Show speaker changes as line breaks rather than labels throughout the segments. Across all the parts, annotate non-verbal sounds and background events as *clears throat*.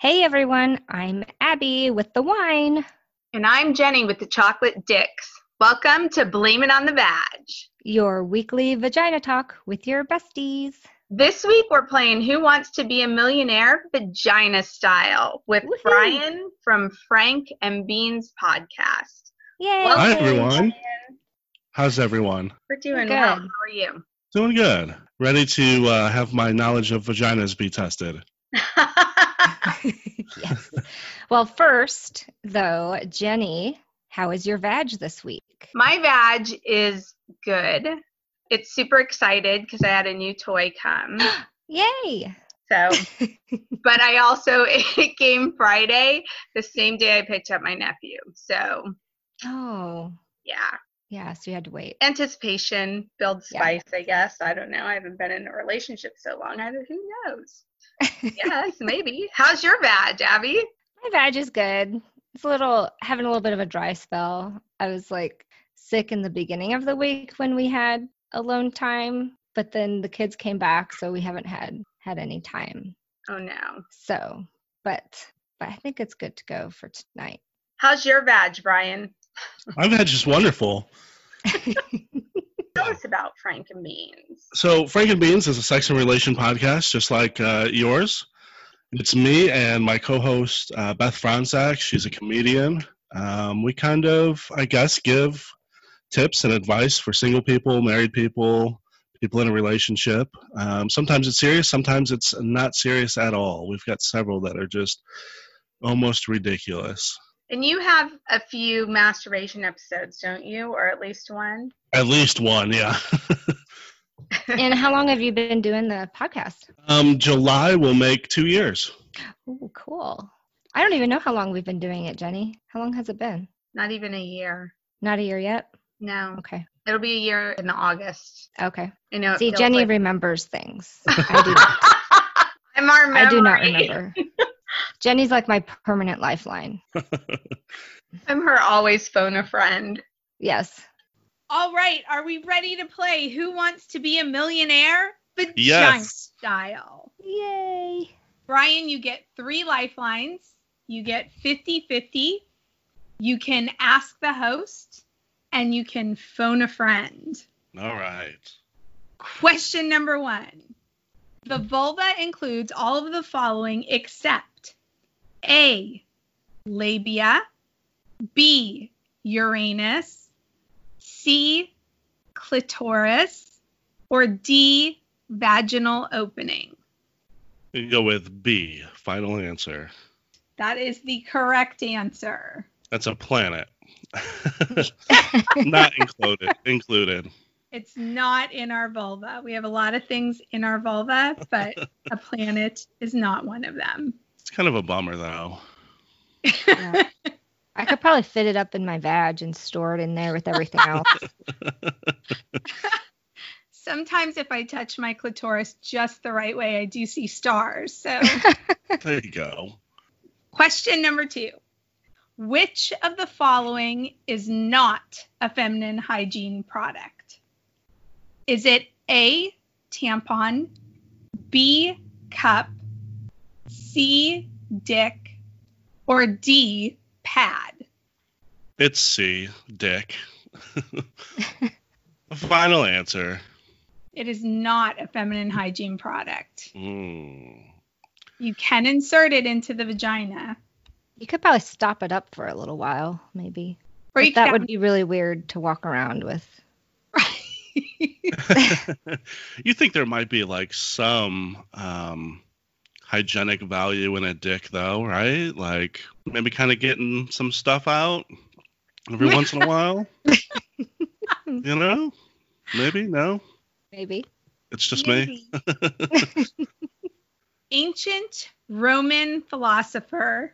Hey everyone, I'm Abby with the wine.
And I'm Jenny with the Chocolate Dicks. Welcome to Blame It on the Vag.
Your weekly vagina talk with your besties.
This week we're playing Who Wants to Be a Millionaire Vagina Style with
Woohoo.
Brian from Frank and Beans podcast.
Yay!
Well,
Hi, everyone.
Brian,
How's everyone?
We're doing
Good.
well. How are you?
Doing good. Ready to uh, have my knowledge of vaginas be tested.
yes. Well, first though, Jenny, how is your vag this week?
*laughs* My vag is good. It's super excited because I had a new toy
*gasps*
come.
Yay!
So, but I also, *laughs* it came Friday, the same day I picked up my nephew. So,
Oh,
yeah.
yeah, so you had to wait.
anticipation builds
Yeah.
spice, I guess. I don't know. I haven't been in a relationship so long. I don't, who
*laughs*
knows? yes, maybe. How's your vag, Abby?
My vag is good. It's a little having a little bit of a dry spell. I was like sick in the beginning of the week when we had alone time, but then the kids came back, so we haven't had had any time.
Oh no.
So, but but I think it's good to go for tonight.
*laughs* How's your vag, Brian?
My vag is wonderful.
Tell us about Frank and Beans.
So, Frank and Beans is a sex and relation podcast, just like uh, yours. It's me and my co-host uh, Beth Franzak. She's a comedian. Um, we kind of, I guess, give tips and advice for single people, married people, people in a relationship. Um, sometimes it's serious. Sometimes it's not serious at all. We've got several that are just almost ridiculous.
And you have a few masturbation episodes, don't you? Or at least one?
At least one, yeah. *laughs*
and how long have you been doing the podcast?
um, July will make two years.
Ooh, cool. I don't even know how long we've been doing it, Jenny. How long has it been?
Not even a year.
Not a year yet.
No.
Okay.
It'll be a year in August.
Okay.
You know. it
See,
feels
Jenny
like-
remembers
*laughs*
things. I do not.
I'm our memory.
I do not remember. Jenny's like my permanent lifeline.
I'm her always phone a friend.
Yes.
All right, are we ready to play Who Wants to Be a Millionaire? Vagina
Yes.
style.
Yay.
Brian, you get three lifelines. You get 50 50. You can ask the host and you can phone a friend.
All right.
Question number one The vulva includes all of the following except A, labia, B, uranus, C, clitoris, or D, vaginal opening.
We can go with B, final answer.
That is the correct answer.
That's a planet. *laughs* Not included. Included.
It's not in our vulva. We have a lot of things in our vulva, but a planet is not one of them.
It's kind of a bummer though.
Yeah. I could probably fit it up in my vag and store it in there with everything
*laughs*
else.
Sometimes if I touch my clitoris just the right way, I do see stars. So, *laughs*
There you go.
question number 2. Which of the following is not a feminine hygiene product? Is it A, tampon, B, cup, C, dick, or D, pad?
It's C, Dick. *laughs* final answer.
It is not a feminine hygiene product.
Mm.
You can insert it into the vagina,
You could probably stop it up for a little while, maybe.
or
But
you
that
can *laughs*
would be really weird to walk around with.
*laughs* you think there might be like some um, hygienic value in a dick though, right? Like maybe kind of getting some stuff out every once in
*laughs*
a while. you know? Maybe, no.
Maybe.
It's just me. *laughs*
Ancient Roman philosopher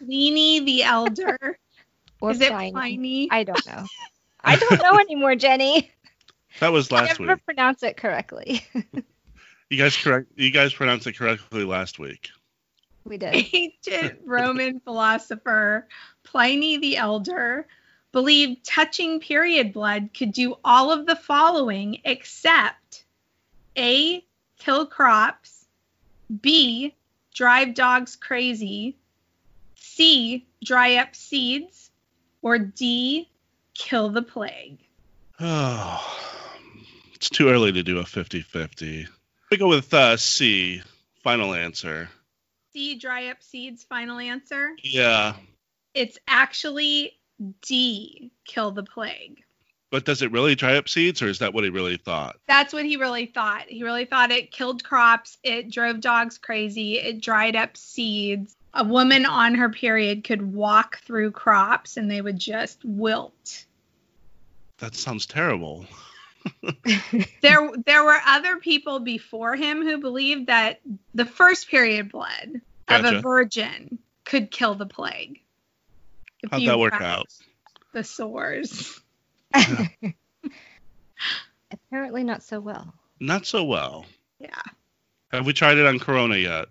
Pliny the Elder.
Or
is it
Pliny.
Pliny?
I don't
*laughs*
know. I don't know anymore, Jenny.
That was
*laughs*
last
I
week.
never pronounce it correctly. *laughs*
You guys correct. You guys pronounced it correctly last week. *sighs*
we
*laughs*
did. *laughs*
Ancient Roman philosopher Pliny the Elder believed touching period blood could do all of the following except A, kill crops, B, drive dogs crazy, C, dry up seeds, or D, kill the plague?
Oh, it's too early to do a 50 50. We go with uh, C, final answer.
C, dry up seeds, final answer.
Yeah,
It's actually D, kill the plague.
but does it really dry up seeds or is that what he really thought?
That's what he really thought. He really thought it killed crops, it drove dogs crazy, it dried up seeds. A woman on her period could walk through crops and they would just wilt.
That sounds terrible.
There there were other people before him who believed that the first period blood of a
Gotcha.
virgin could kill the plague. If
How'd
you
that work
wrapped
out?
The sores.
Apparently not so well.
Not so well.
Yeah.
Have we tried it on Corona yet?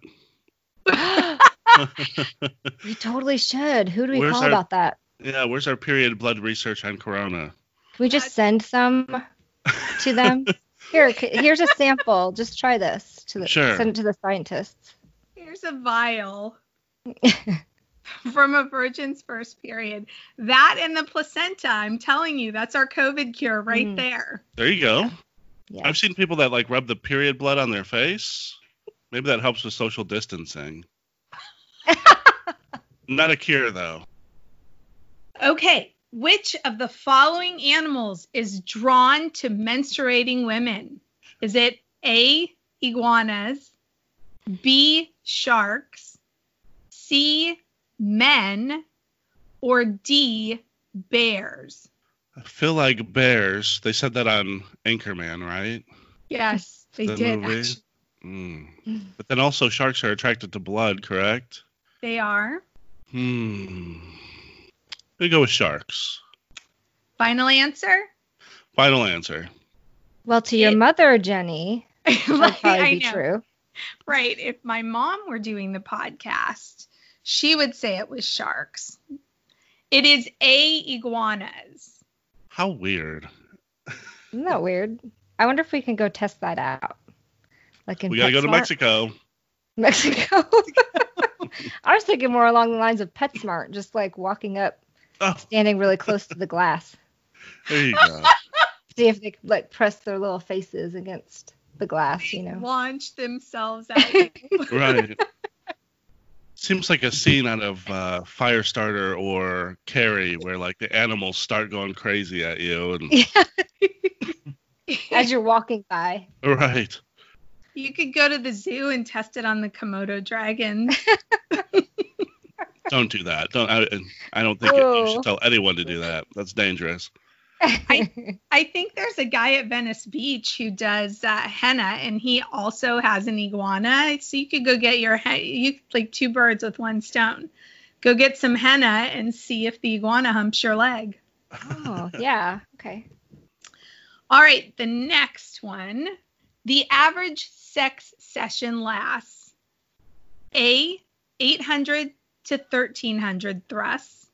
we totally should. Who do we
Where's
call
our-
about that?
Yeah, where's our period blood research on Corona?
Can we just send some to
*laughs*
them? Here, c- here's a sample. Just try this to the
Sure.
send it to the scientists.
Here's a *laughs* vial from a virgin's first period. That and the placenta, I'm telling you, that's our COVID cure right
Mm.
there.
There you go.
Yeah.
I've seen people that like rub the period blood on their face. Maybe that helps with social distancing. Not a cure though.
Okay, which of the following animals is drawn to menstruating women? Is it A, iguanas, B, sharks, C, men, or D, bears?
I feel like bears. They said that on Anchorman, right?
Yes, they
The
did.
movie?
actually.
Mm. But then also sharks are attracted to blood, correct?
They are.
Hmm. We go with sharks.
Final answer?
Final answer.
Well, to your
It-
mother,
*laughs*
Jenny, *laughs* that'd
Like,
probably
I
be
know.
true.
Right. If my mom were doing the podcast, she would say it was sharks. It is A iguanas.
How weird.
Isn't that weird? I wonder if we can go test that out. Like in
we gotta go to
PetSmart?
Mexico.
*laughs* Mexico. I was thinking more along the lines of PetSmart, just like walking up,
Oh,
standing really close to the glass,
there you
*laughs*
go.
see if they could like press their little faces against the glass, you know.
Launch
*laughs*
themselves at you.
right. Seems like a scene out of uh, Firestarter or Carrie, where like the animals start going crazy at
*laughs*
you, and
As you're walking by,
right,
you could go to the zoo and test it on the Komodo dragon.
don't do that. Don't. I, I don't think you
Oh.
should tell anyone to do that. That's dangerous.
*laughs*
I think there's a guy at Venice Beach who does uh, henna, and he also has an iguana. So you could go get your he- you like two birds with one stone. Go get some henna and see if the iguana humps your leg.
oh yeah, okay.
All right, the next one. The average sex session lasts A, 800 to 1300 thrusts,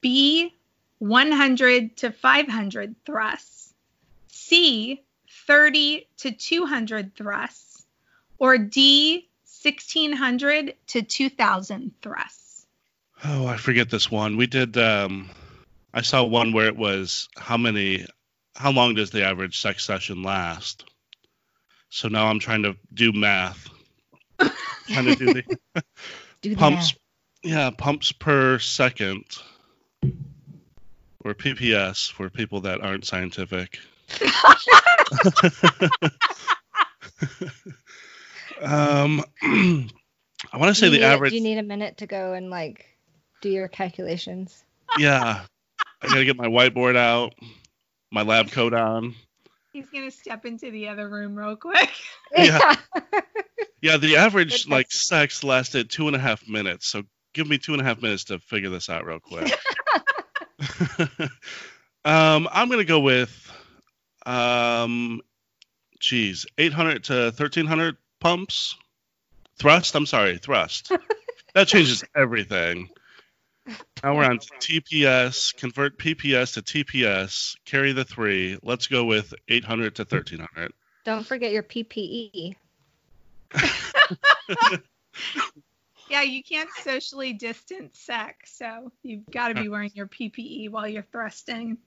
B, 100 to 500 thrusts, C, 30 to 200 thrusts, or D, 1600 to 2000 thrusts.
Oh, I forget this one. We did. Um, I saw one where it was how many, how long does the average sex session last? So now I'm trying to do math. trying to do the
*laughs* Do the
pumps yeah pumps per second or pps for people that
*laughs*
aren't scientific *laughs* um *clears throat* i
Do
want to say
you
the
need-
average
Do you need a minute to go and like do your calculations?
yeah i gotta get my whiteboard out my lab coat on
He's going to step into the other room real quick. *laughs*
*laughs*
Yeah. yeah the average
Good
like sex lasted two and a half minutes so give me two and a half minutes to figure this out real quick *laughs* um i'm gonna go with um geez 800 to 1300 pumps thrust i'm sorry thrust that changes everything now we're on tps convert pps to tps carry the three let's go with 800 to 1300
E. Don't forget your PPE.
Yeah, you can't socially distance sex, so you've got to be wearing your PPE while you're thrusting.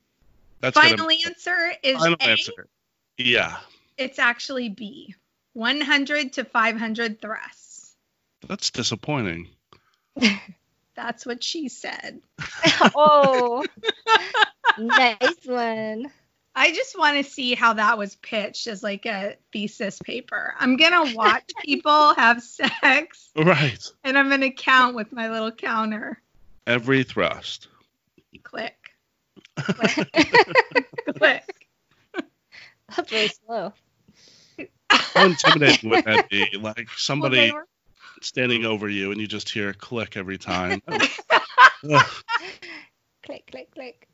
That's gonna-
Final answer is
final
A.
answer. Yeah,
It's actually B. 100 to 500 thrusts.
that's disappointing.
That's what she said.
oh, nice one.
I just want to see how that was pitched as like a thesis paper. I'm going
*laughs*
to watch people have sex
Right.
and I'm going to count with my little counter.
Every thrust.
Click. Click.
*laughs*
*laughs* click.
That's really slow.
How intimidating would that be?
*laughs*
Like
Well,
*laughs* somebody
they were-
standing over you and you just hear a click every
*laughs*
time. Ugh.
Click, click, click.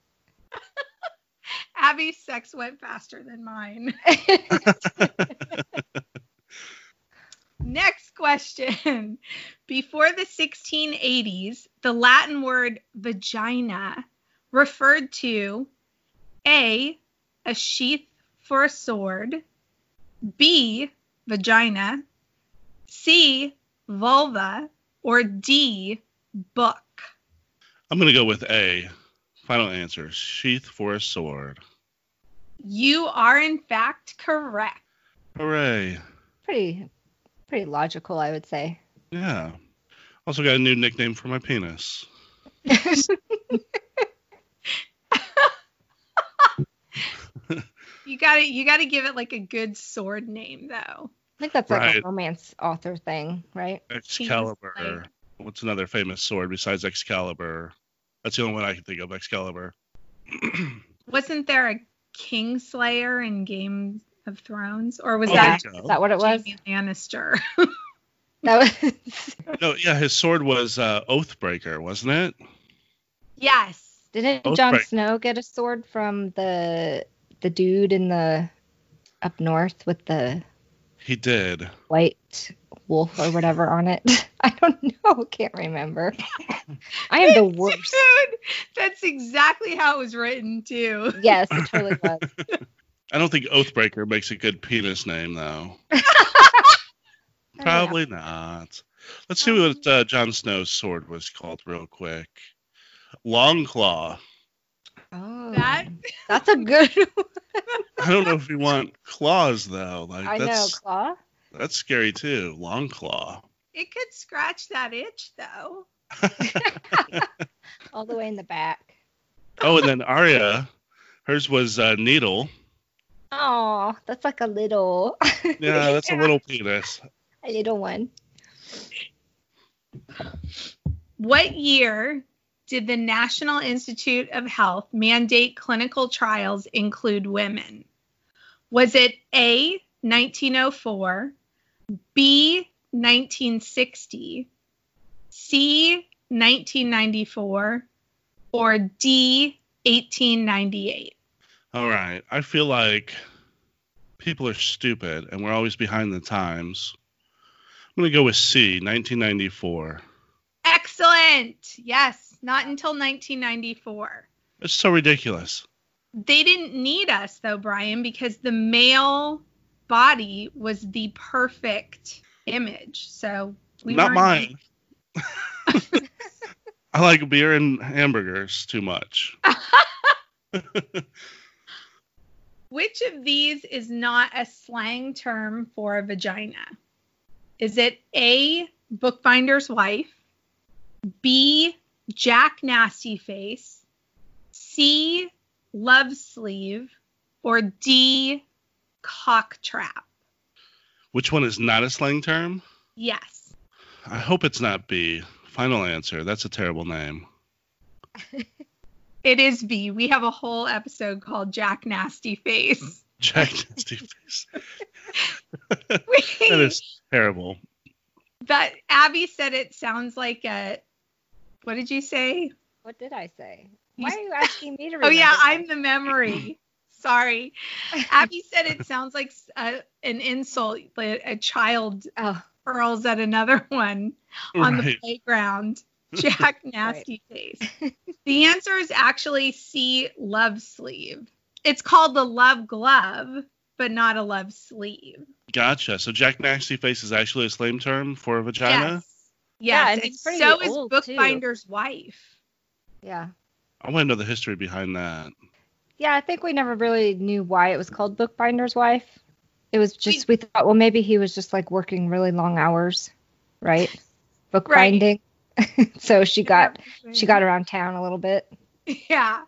Abby's sex went faster than mine. Next question. *laughs* Before the 1680s, the Latin word vagina referred to A, a sheath for a sword, B, vagina, C, vulva, or D, book.
I'm gonna go with A. Final answer: sheath for a sword.
You are, in fact, correct.
Hooray!
*laughs* Pretty, pretty logical, I would say.
Yeah. Also got a new nickname for my penis.
You got to you got to give it like a good sword name
I
though.
think that's like a
Right.
romance author thing, right?
Excalibur.
like-
What's another famous sword besides Excalibur? That's the only one I can think of. Excalibur.
Wasn't there a Kingslayer in Game of Thrones or was
Oh,
that
there you
Is
go.
that what it was?
Jaime Lannister? *laughs*
That was. *laughs*
No, yeah, his sword was uh, Oathbreaker, wasn't it?
yes.
Didn't
Both
Jon
right.
Snow get a sword from the the dude in the up north with the
He did.
white wolf or whatever on it? *laughs* I don't know. Can't *laughs* remember. I am the worst.
Dude, that's exactly how it was written too.
Yes, it
*laughs*
totally was.
I don't think Oathbreaker makes a good penis name, though.
*laughs* I don't know.
Probably not. Let's see what uh, Jon Snow's sword was called, real quick. Long Claw.
Oh,
That-
*laughs* that's a good. one.
I don't know if you want claws though. Like
I know
that's
claw.
that's scary too. Long Claw.
It could scratch that itch though.
all the way in the back.
Oh, and then Arya, hers was uh, Needle.
Oh, that's like a little, *laughs*
Yeah, that's a little penis.
a little one.
What year did the National Institute of Health mandate clinical trials include women? Was it A, 1904, B, 1960, C, 1994, or D, 1898?
All right. I feel like people are stupid and we're always behind the times. I'm gonna go with C, 1994.
Excellent. Yes, not until 1994.
It's so ridiculous.
they didn't need us though brian because the male body was the perfect image so we
Not
weren't-
mine. *laughs* I like beer and hamburgers too much.
which of these is not a slang term for a vagina is it a bookbinder's wife b jack nasty face c love sleeve or d cock trap
Which one is not a slang term?
yes
I hope it's not B. Final answer. That's a terrible name.
It is B. We have a whole episode called Jack Nasty
*laughs*
Face. *laughs*
Jack Nasty Face.
We-
That is terrible.
that Abby said it sounds like a. What did you say?
What did I say?
You
Why are you asking me to? *laughs*
Oh
Remember
yeah,
that?
I'm the memory. Sorry, Abby said it sounds like s- a, an insult. like A child
Oh,
hurls at another *laughs* one on the
Right. *laughs*
playground. Jack Nasty Face. The answer is actually C. Love sleeve. It's called the love glove, but not a love sleeve.
Gotcha. So Jack Nasty Face is actually a slang term for a vagina?
Yes.
Yeah,
Yes,
and
and,
it's pretty
so is
old, too.
Bookbinder's wife.
Yeah.
I want to know the history behind that.
Yeah, I think we never really knew why it was called Bookbinder's Wife. It was just, we, thought, well, maybe he was just like working really long hours, *laughs* right? Bookbinding. *laughs* so she got she got around town a little bit.
*laughs* Yeah.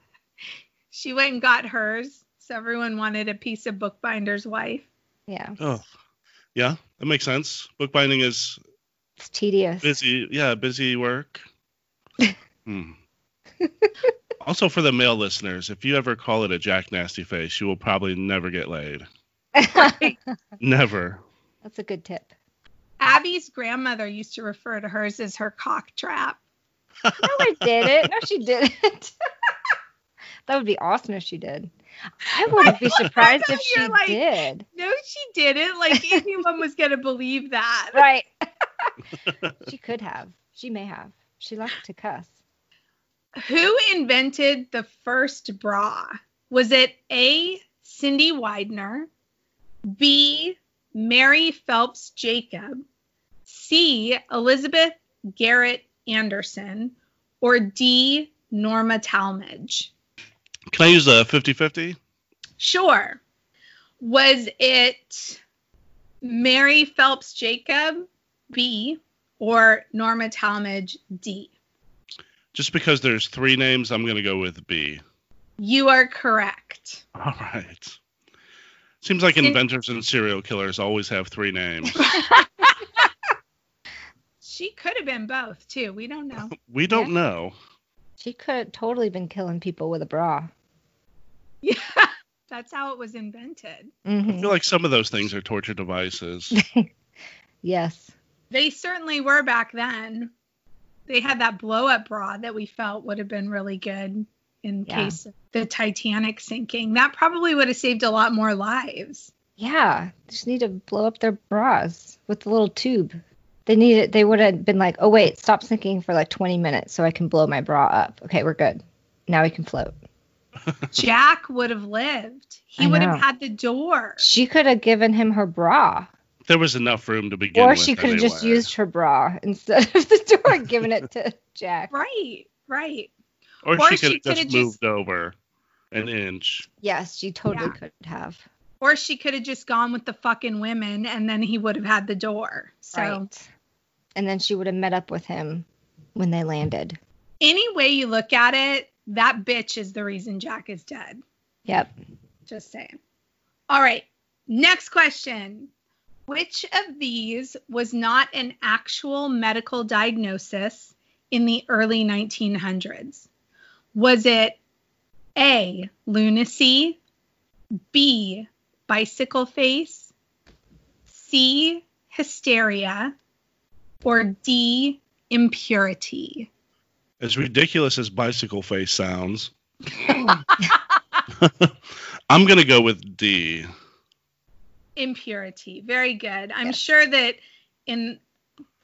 She went and got hers. So everyone wanted a piece of Bookbinder's wife.
Yeah,
Oh, yeah, that makes sense. Bookbinding is
it's tedious. *laughs*
busy. Yeah, busy work. Hmm. also, for the male listeners, if you ever call it a Jack Nasty Face, you will probably never get laid.
That's
Never.
a good tip.
Abby's grandmother used to refer to hers as her cock trap.
No, I didn't. No, she didn't. *laughs* that would be awesome if she did. I
*laughs*
wouldn't be surprised if she
You're like-
did.
No, she didn't.
*laughs*
Like anyone was going to believe that. *laughs*
Right. she could have. She may have. She liked to cuss.
Who invented the first bra? Was it A. Cindy Widener, B. Mary Phelps Jacob, C. Elizabeth Garrett Anderson, or D. Norma Talmadge?
Can I use a 50 50?
Sure. Was it Mary Phelps Jacob, B, or Norma Talmadge, D?
Just because there's three names, I'm going to go with B.
You are correct.
All right. Seems like
In-
inventors and serial killers always have
*laughs*
three names.
She could have been both too. We don't know.
We don't know.
She could have totally been killing people with a bra.
yeah, *laughs* that's how it was invented.
I
hmm
feel like some of those things are
*laughs*
torture devices.
Yes.
They certainly were back then. They had that blow up bra that we felt would have been really good in
Yeah.
case of the Titanic sinking. That probably would have saved a lot more lives.
Yeah. Just need to blow up their bras with the little tube. They need it. They would have been like, oh wait, stop sinking for like 20 minutes so I can blow my bra up. Okay, we're good. Now we can float.
Jack would have lived. He
I
would
know.
have had the door.
She could have given him her bra,
There was enough room to begin
or
with.
she could have just
anyway.
used her bra *laughs* instead of the door, and given it
*laughs*
to Jack.
Right, right.
Or,
or
she could
she
have
coulda
just
just-
moved over an inch.
Yes, she totally
Yeah.
could have.
Or she could have just gone with the fucking women and then he would have had the door. So
Right. And then she would have met up with him when they landed.
any way you look at it, that bitch is the reason Jack is dead.
Yep.
Just saying. All right. Next question. Which of these was not an actual medical diagnosis in the early 1900s? Was it A, lunacy, B, bicycle face, C, hysteria, or D, impurity?
As ridiculous as bicycle face
*laughs*
sounds, *laughs* I'm gonna go with D.
impurity very good i'm
Yes.
sure that in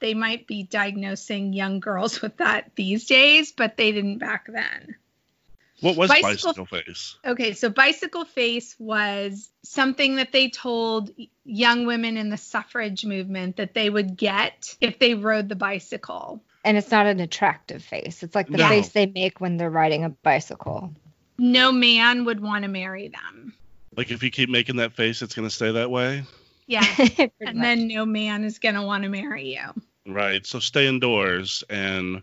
they might be diagnosing young girls with that these days but they didn't back then
What was bicycle,
Bicycle-
face?
okay so bicycle face was something that they told young women in the suffrage movement that they would get if they rode the bicycle
And it's not an attractive face. It's like the
No.
face they make when they're riding a bicycle.
no man would want to marry them *laughs*
Like if you keep making that face, it's gonna stay that way,
yeah
*laughs* Pretty
and
much.
then no man is going to want to marry you
right? So stay indoors and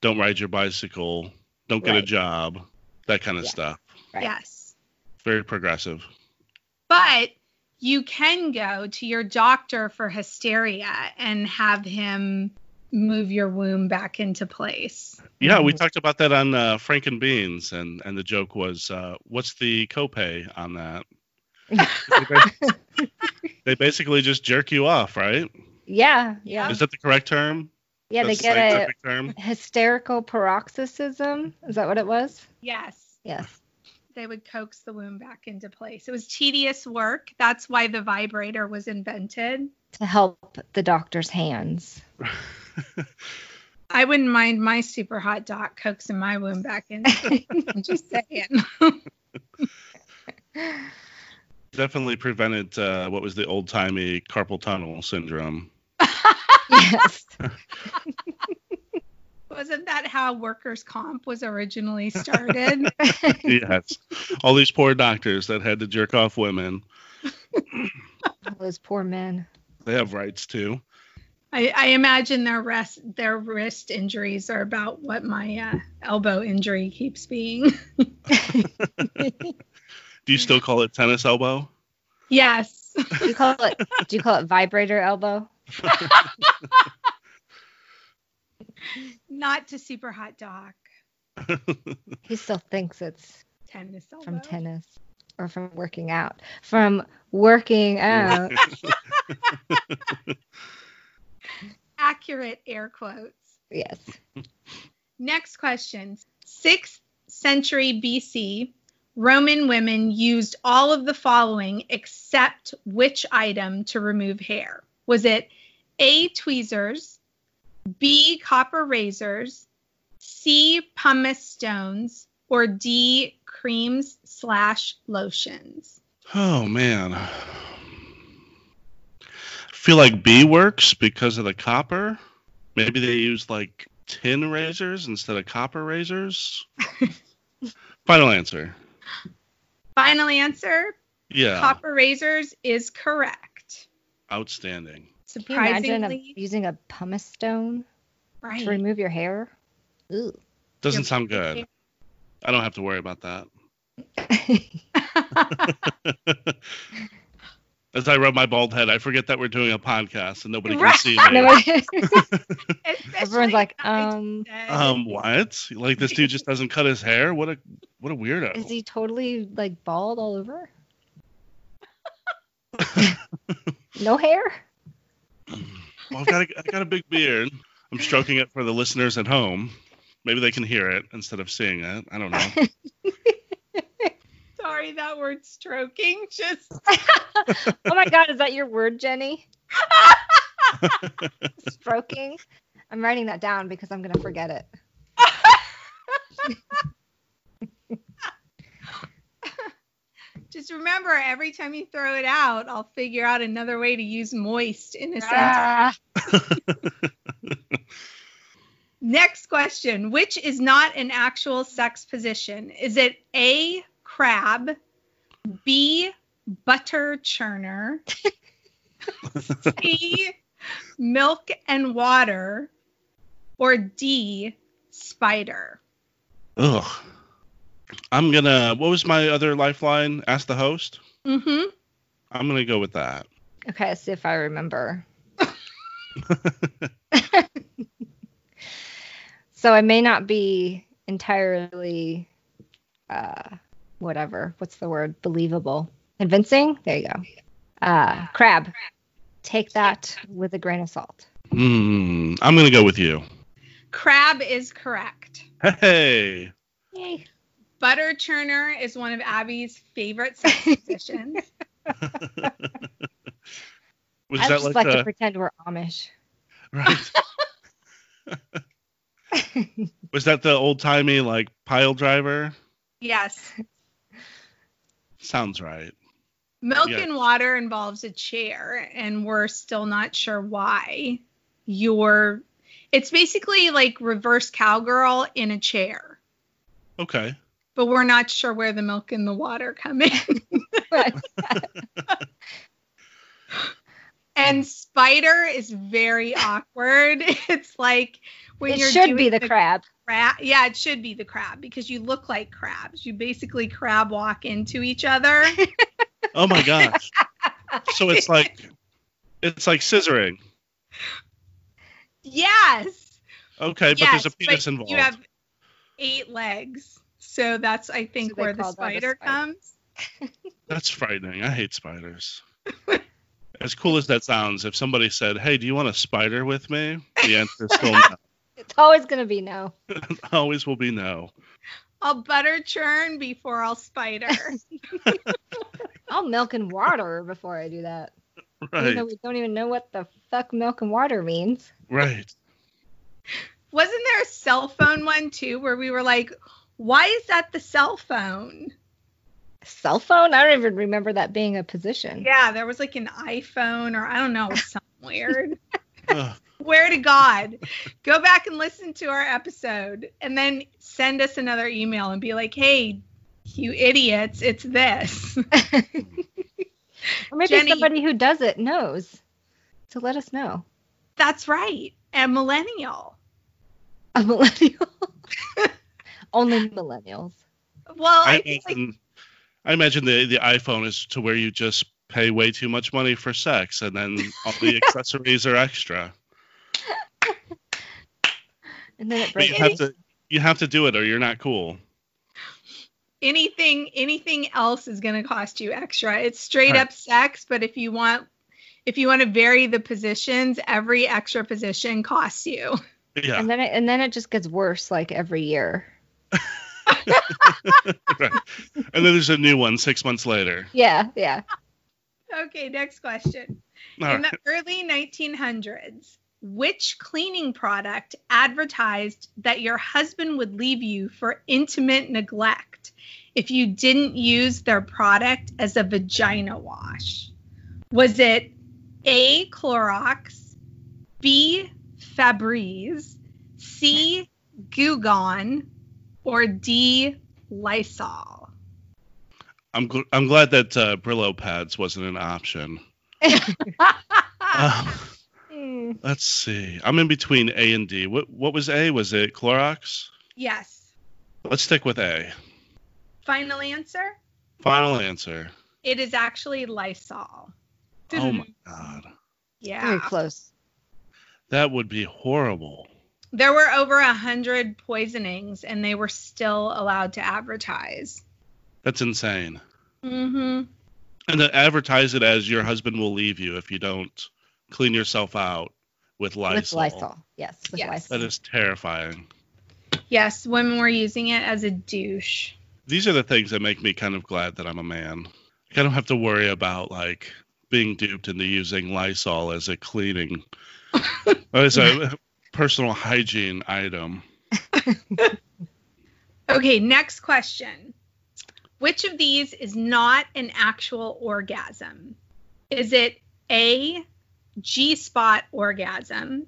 don't ride your bicycle. Don't get a
Right.
job. That kind of
Yeah.
stuff.
Right.
yes
Very progressive.
But you can go to your doctor for hysteria and have him move your womb back into place.
Yeah, we
Mhm.
talked about that on uh, Frank and Beans, and and the joke was, uh, what's the copay on
*laughs*
that? They bas- *laughs* they basically just jerk you off, right?
yeah, yeah.
Is that the correct term?
Yeah, they
That's
get a
scientific term.
hysterical paroxysm. Is that what it was?
Yes.
Yes.
They would coax the womb back into place. It was tedious work. That's why the vibrator was invented.
To help the doctor's *laughs* hands.
I wouldn't mind my super hot doc coaxing my womb back in. Just saying.
Definitely prevented uh, what was the old timey carpal tunnel syndrome. *laughs*
yes.
Wasn't that how workers' comp was originally started?
yes. All these poor doctors that had to jerk off women.
All those poor men.
They have rights too.
I, I imagine their rest, their wrist injuries are about what my uh, elbow injury keeps being. *laughs*
Do you still call it tennis elbow?
yes.
Do you call it? Do you call it vibrator elbow?
Not to super hot doc.
He still thinks it's
Tennis elbow.
from tennis or from working out. From working out.
Accurate air quotes.
yes.
Next question. Sixth century BC, Roman women used all of the following except which item to remove hair? Was it A, tweezers, B, copper razors, C, pumice stones, or D, creams slash lotions?
Oh man. I feel like B works because of the copper. Maybe they use like tin razors instead of
*laughs*
copper razors. Final answer.
Final answer
Yeah.
copper razors is correct.
Outstanding.
Can you imagine a,
Surprisingly,
using a pumice stone to
right.
remove your hair? *laughs* Ooh.
Doesn't
Yeah.
sound good. I don't have to worry about that. *laughs* As I rub my bald head, I forget that we're doing a podcast and nobody can
Right.
see me.
Nobody-
*laughs* Especially
*laughs* Everyone's *laughs* like,
when I
um,
said-
Um, what? Like this dude just doesn't cut his hair? What a what a weirdo.
is he totally like bald all over? no hair?
Well, I've got a, I've got a big beard. I'm stroking it for the listeners at home. Maybe they can hear it instead of seeing it. I don't know.
Sorry, that word stroking *laughs* just
Oh my god, is that your word, Jenny? Stroking? I'm writing that down because I'm gonna forget it.
just remember every time you throw it out, I'll figure out another way to use moist in a sentence.
Ah,
Next question, which is not an actual sex position? Is it A crab, B butter churner, C milk and water, or D spider?
Ugh. I'm gonna. What was my other lifeline? Ask the host.
Mhm.
I'm gonna go with that.
okay, let's see if I
*laughs*
remember. so I may not be entirely uh whatever. What's the word? Believable. Convincing? There you go. Uh crab. Take that with a grain of salt.
Hmm. I'm gonna go with you.
Crab is correct.
Hey.
Yay.
Butter churner is one of Abby's
*laughs*
favorite sex positions.
Was
I
that
just
like,
like
the
to pretend we're *laughs* Amish.
*laughs*
right? *laughs* was that the old timey like pile driver?
yes.
Sounds right.
Milk
Yeah.
and water involves a chair, and we're still not sure why. You're, it's basically like reverse cowgirl in a chair,
Okay.
but we're not sure where the milk and the water come in. *laughs*
*laughs*
and spider is very awkward. *laughs* It's like when
it
you're
should be
doing
the, crab.
crab. Yeah, it should be the crab because you look like crabs. You basically crab walk into
*laughs*
each other.
Oh my gosh. so it's like it's like scissoring.
yes.
Okay, but there's a
Yes, but
penis involved.
You have eight legs. So that's I think
they
where the
call that a spider.
spider comes.
That's frightening. I hate
*laughs*
spiders. as cool as that sounds, if somebody said, "Hey, do you want a spider with me?" The answer is still no.
*laughs*
It's always gonna be no.
always will be no.
I'll butter churn before I'll spider.
*laughs* I'll milk and water before I do that. Even
Right.
though we don't even know what the fuck milk and water means.
Right.
Wasn't there a cell phone one too where we were like, why is that the cell phone?
Cell phone? I don't even remember that being a position. *laughs*
Yeah, there was like an iPhone or I don't know, something weird.
Ugh.
swear to God, go back and listen to our episode and then send us another email and be like, hey, you idiots, it's this. *laughs*
*laughs* Or maybe
Jenny-
somebody who does it knows to let us know.
That's right. A millennial.
A millennial. *laughs* Only millennials.
Well, I,
I
think like,
imagine, I imagine the, the iPhone is to where you just pay way too much money for sex and then all
*laughs*
the accessories are extra.
And then it
But
breaks.
you
me.
have to you have to do it or you're not cool.
anything anything else is going to cost you extra. It's straight
Right.
up sex, but if you want if you want to vary the positions, every extra position costs you. *laughs*
Yeah.
And then it, and then it just gets worse like every year.
*laughs* right. And then there's a new one six months later.
Yeah, yeah.
Okay, next question.
All
In
right.
the early 1900s, which cleaning product advertised that your husband would leave you for intimate neglect if you didn't use their product as a vagina wash? Was it A. Clorox, B. Febreze, C. Gugon, or D. Lysol? *laughs*
I'm gl- I'm glad that uh, Brillo pads wasn't an option.
Ah.
Um,
Mm.
let's see. I'm in between A and D. What what was A? Was it Clorox?
yes.
Let's stick with A.
Final answer?
Final answer.
It is actually Lysol.
Oh my god.
Very
Yeah.
close.
That would be horrible.
There were over a hundred poisonings, and they were still allowed to advertise.
That's insane.
Mm-hmm.
And then advertise it as your husband will leave you if you don't clean yourself out with Lysol.
With Lysol. Yes, with
Yes.
Lysol.
That is terrifying.
Yes, women were using it as a douche.
These are the things that make me kind of glad that I'm a man. Like, I don't have to worry about like being duped into using Lysol as a cleaning,
*laughs*
or as a personal hygiene item.
Okay, next question. Which of these is not an actual orgasm? Is it A, G spot orgasm,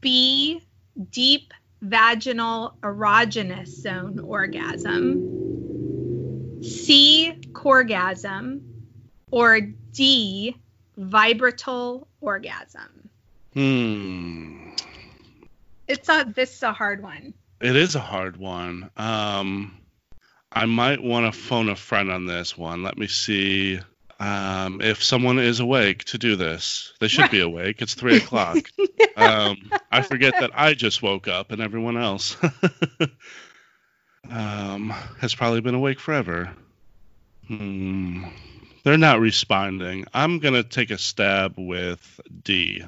B, deep vaginal erogenous zone orgasm, C, corgasm, or D, vibratal orgasm?
Hmm.
It's a, this is a hard one.
It is a hard one. Um, I might want to phone a friend on this one. Let me see um, if someone is awake to do this. They should be awake. It's three o'clock. um, I forget that I just woke up and everyone else *laughs* um, has probably been awake forever. Hmm. They're not responding. I'm going to take a stab with D.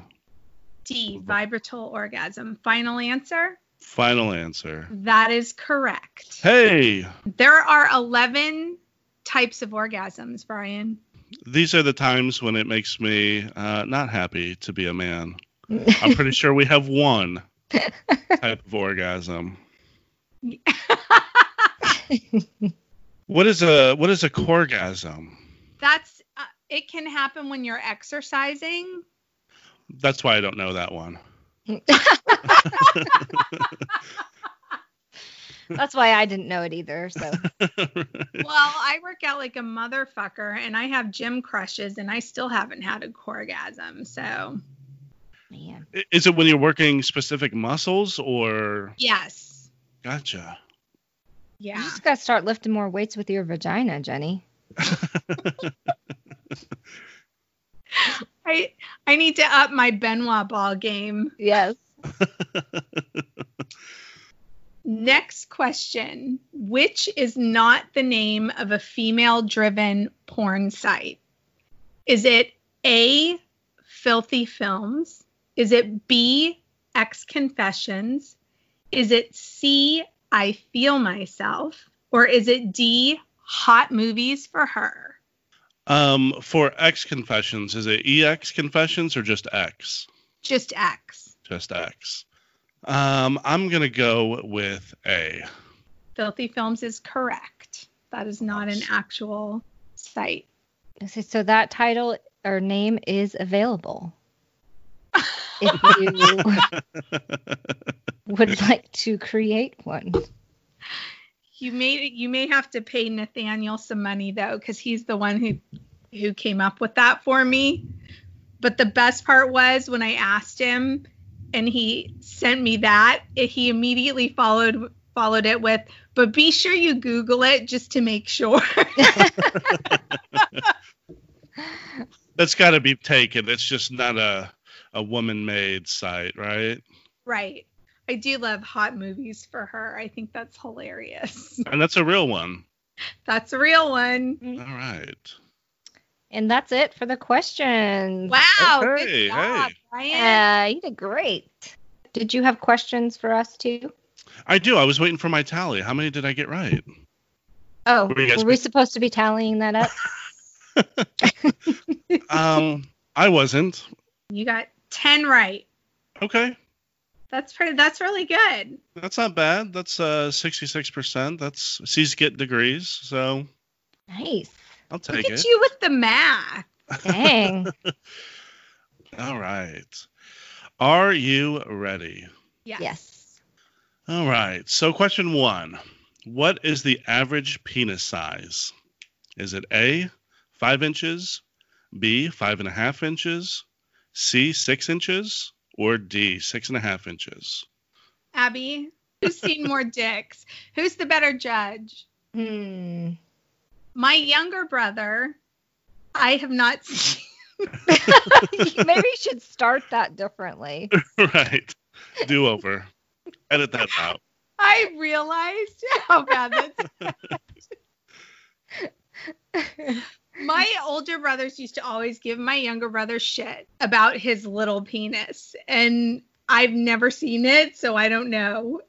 D, vibratal orgasm. Final answer?
Final answer.
That is correct.
Hey,
There are 11 types of orgasms, Brian.
these are the times when it makes me uh, not happy to be a man.
*laughs*
I'm pretty sure we have one type of orgasm. What is a what is a corgasm?
That's uh, it can happen when you're exercising.
That's why I don't know that one.
That's why I didn't know it either.
*laughs*
So
Well, I work out like a motherfucker and I have gym crushes and I still haven't had a corgasm. So,
man.
I- Is it when you're working specific muscles or
yes.
gotcha?
You
Yeah.
just gotta start lifting more weights with your vagina, Jenny.
I I need to up my Benoit ball game.
Yes.
Next question, which is not the name of a female driven porn site? Is it A, Filthy Films? Is it B, X Confessions? Is it C, I Feel Myself? Or is it D, Hot Movies for Her?
Um, for X confessions, is it EX confessions or just X?
Just X,
Just X. Um, I'm gonna go with A. *laughs*
Filthy Films is correct. That is not an actual site.
So that title or name is available. if you would like to create one.
You may you may have to pay Nathaniel some money though, because he's the one who who came up with that for me. But the best part was when I asked him and he sent me that, it- he immediately followed followed it with, but be sure you Google it just to make sure. *laughs*
That's got to be taken. It's just not a a woman made site, right?
right. I do love hot movies for her. I think that's hilarious.
And that's a real one.
That's a real one.
All right.
And that's it for the questions.
Wow.
Okay,
good job,
hey.
Ryan.
Uh, you did great. Did you have questions for us too?
I do. I was waiting for my tally. How many did I get right?
Oh,
Were you guys-
were we supposed to be tallying that
*laughs*
up?
Um, I wasn't.
you got 10 right.
Okay.
That's pretty that's really good.
That's not bad. That's uh 66%. That's C's get degrees. So
nice.
I'll
Look
take
at
it.
you with the math.
Dang.
All right. Are you ready?
Yeah.
yes.
All right. So, question one What is the average penis size? Is it A, five inches, B, five and a half inches, C, six inches, or D, six and a half inches? *laughs*
Abby, who's seen more dicks? Who's the better judge?
Hmm. *laughs*
My younger brother, I have not *laughs* seen.
Maybe you should start that differently.
*laughs* right. Do over. Edit that out. *laughs*
I realized *laughs* Oh, how bad that's. My older brothers used to always give my younger brother shit about his little penis, and I've never seen it, so I don't know.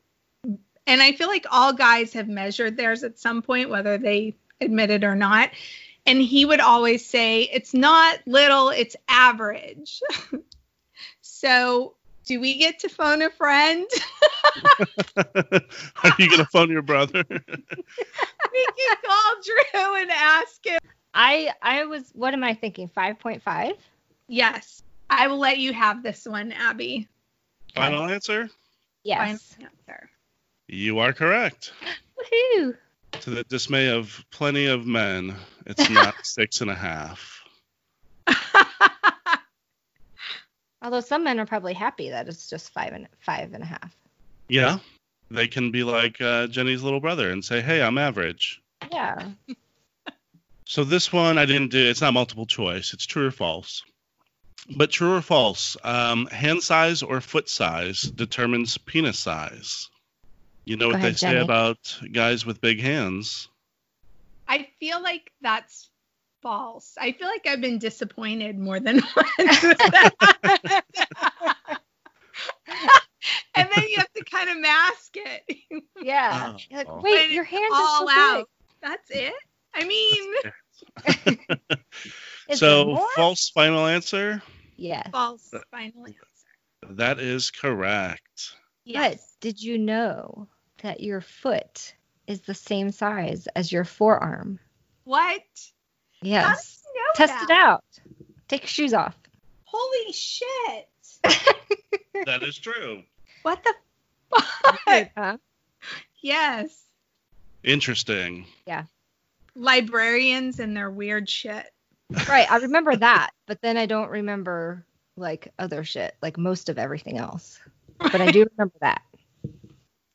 And I feel like all guys have measured theirs at some point, whether they admit it or not. And he would always say, It's not little, it's average. *laughs* so, do we get to phone a friend?
Are you going to phone your brother?
we can call Drew and ask him.
I I was what am I thinking? 5.5?
Yes, I will let you have this one, Abby.
Final answer?
Yes.
Final answer.
You are correct.
Woohoo.
To the dismay of plenty of men, it's not six and a half.
*laughs*
Although some men are probably happy that it's just five and five and a half.
Yeah. They can be like uh, Jenny's little brother and say, hey, I'm average.
Yeah.
So this one I didn't do. It's not multiple choice. It's true or false. But true or false, um, hand size or foot size determines penis size. You know
Go
what
ahead,
they say
Jenny.
about guys with big hands.
I feel like that's false. I feel like I've been disappointed more than *laughs* once. and then you have to kind of mask it *laughs*
Yeah.
Oh.
You're like,
But
wait,
it's
your hands are so
all
big.
out. That's it. I mean,
Is there
so
more?
false final answer.
Yes.
false. Final answer.
That is correct.
But did you know that your foot is the same size as your forearm?
What? How
Yes.
did you know
Test it
that?
out. Take your shoes off.
Holy *laughs* shit!
*laughs*
that is true.
What the fuck?
Huh?
yes.
Interesting.
librarians and their weird shit.
Right. I remember that, but then I don't remember like other shit, like most of everything else. But I *laughs* do remember that.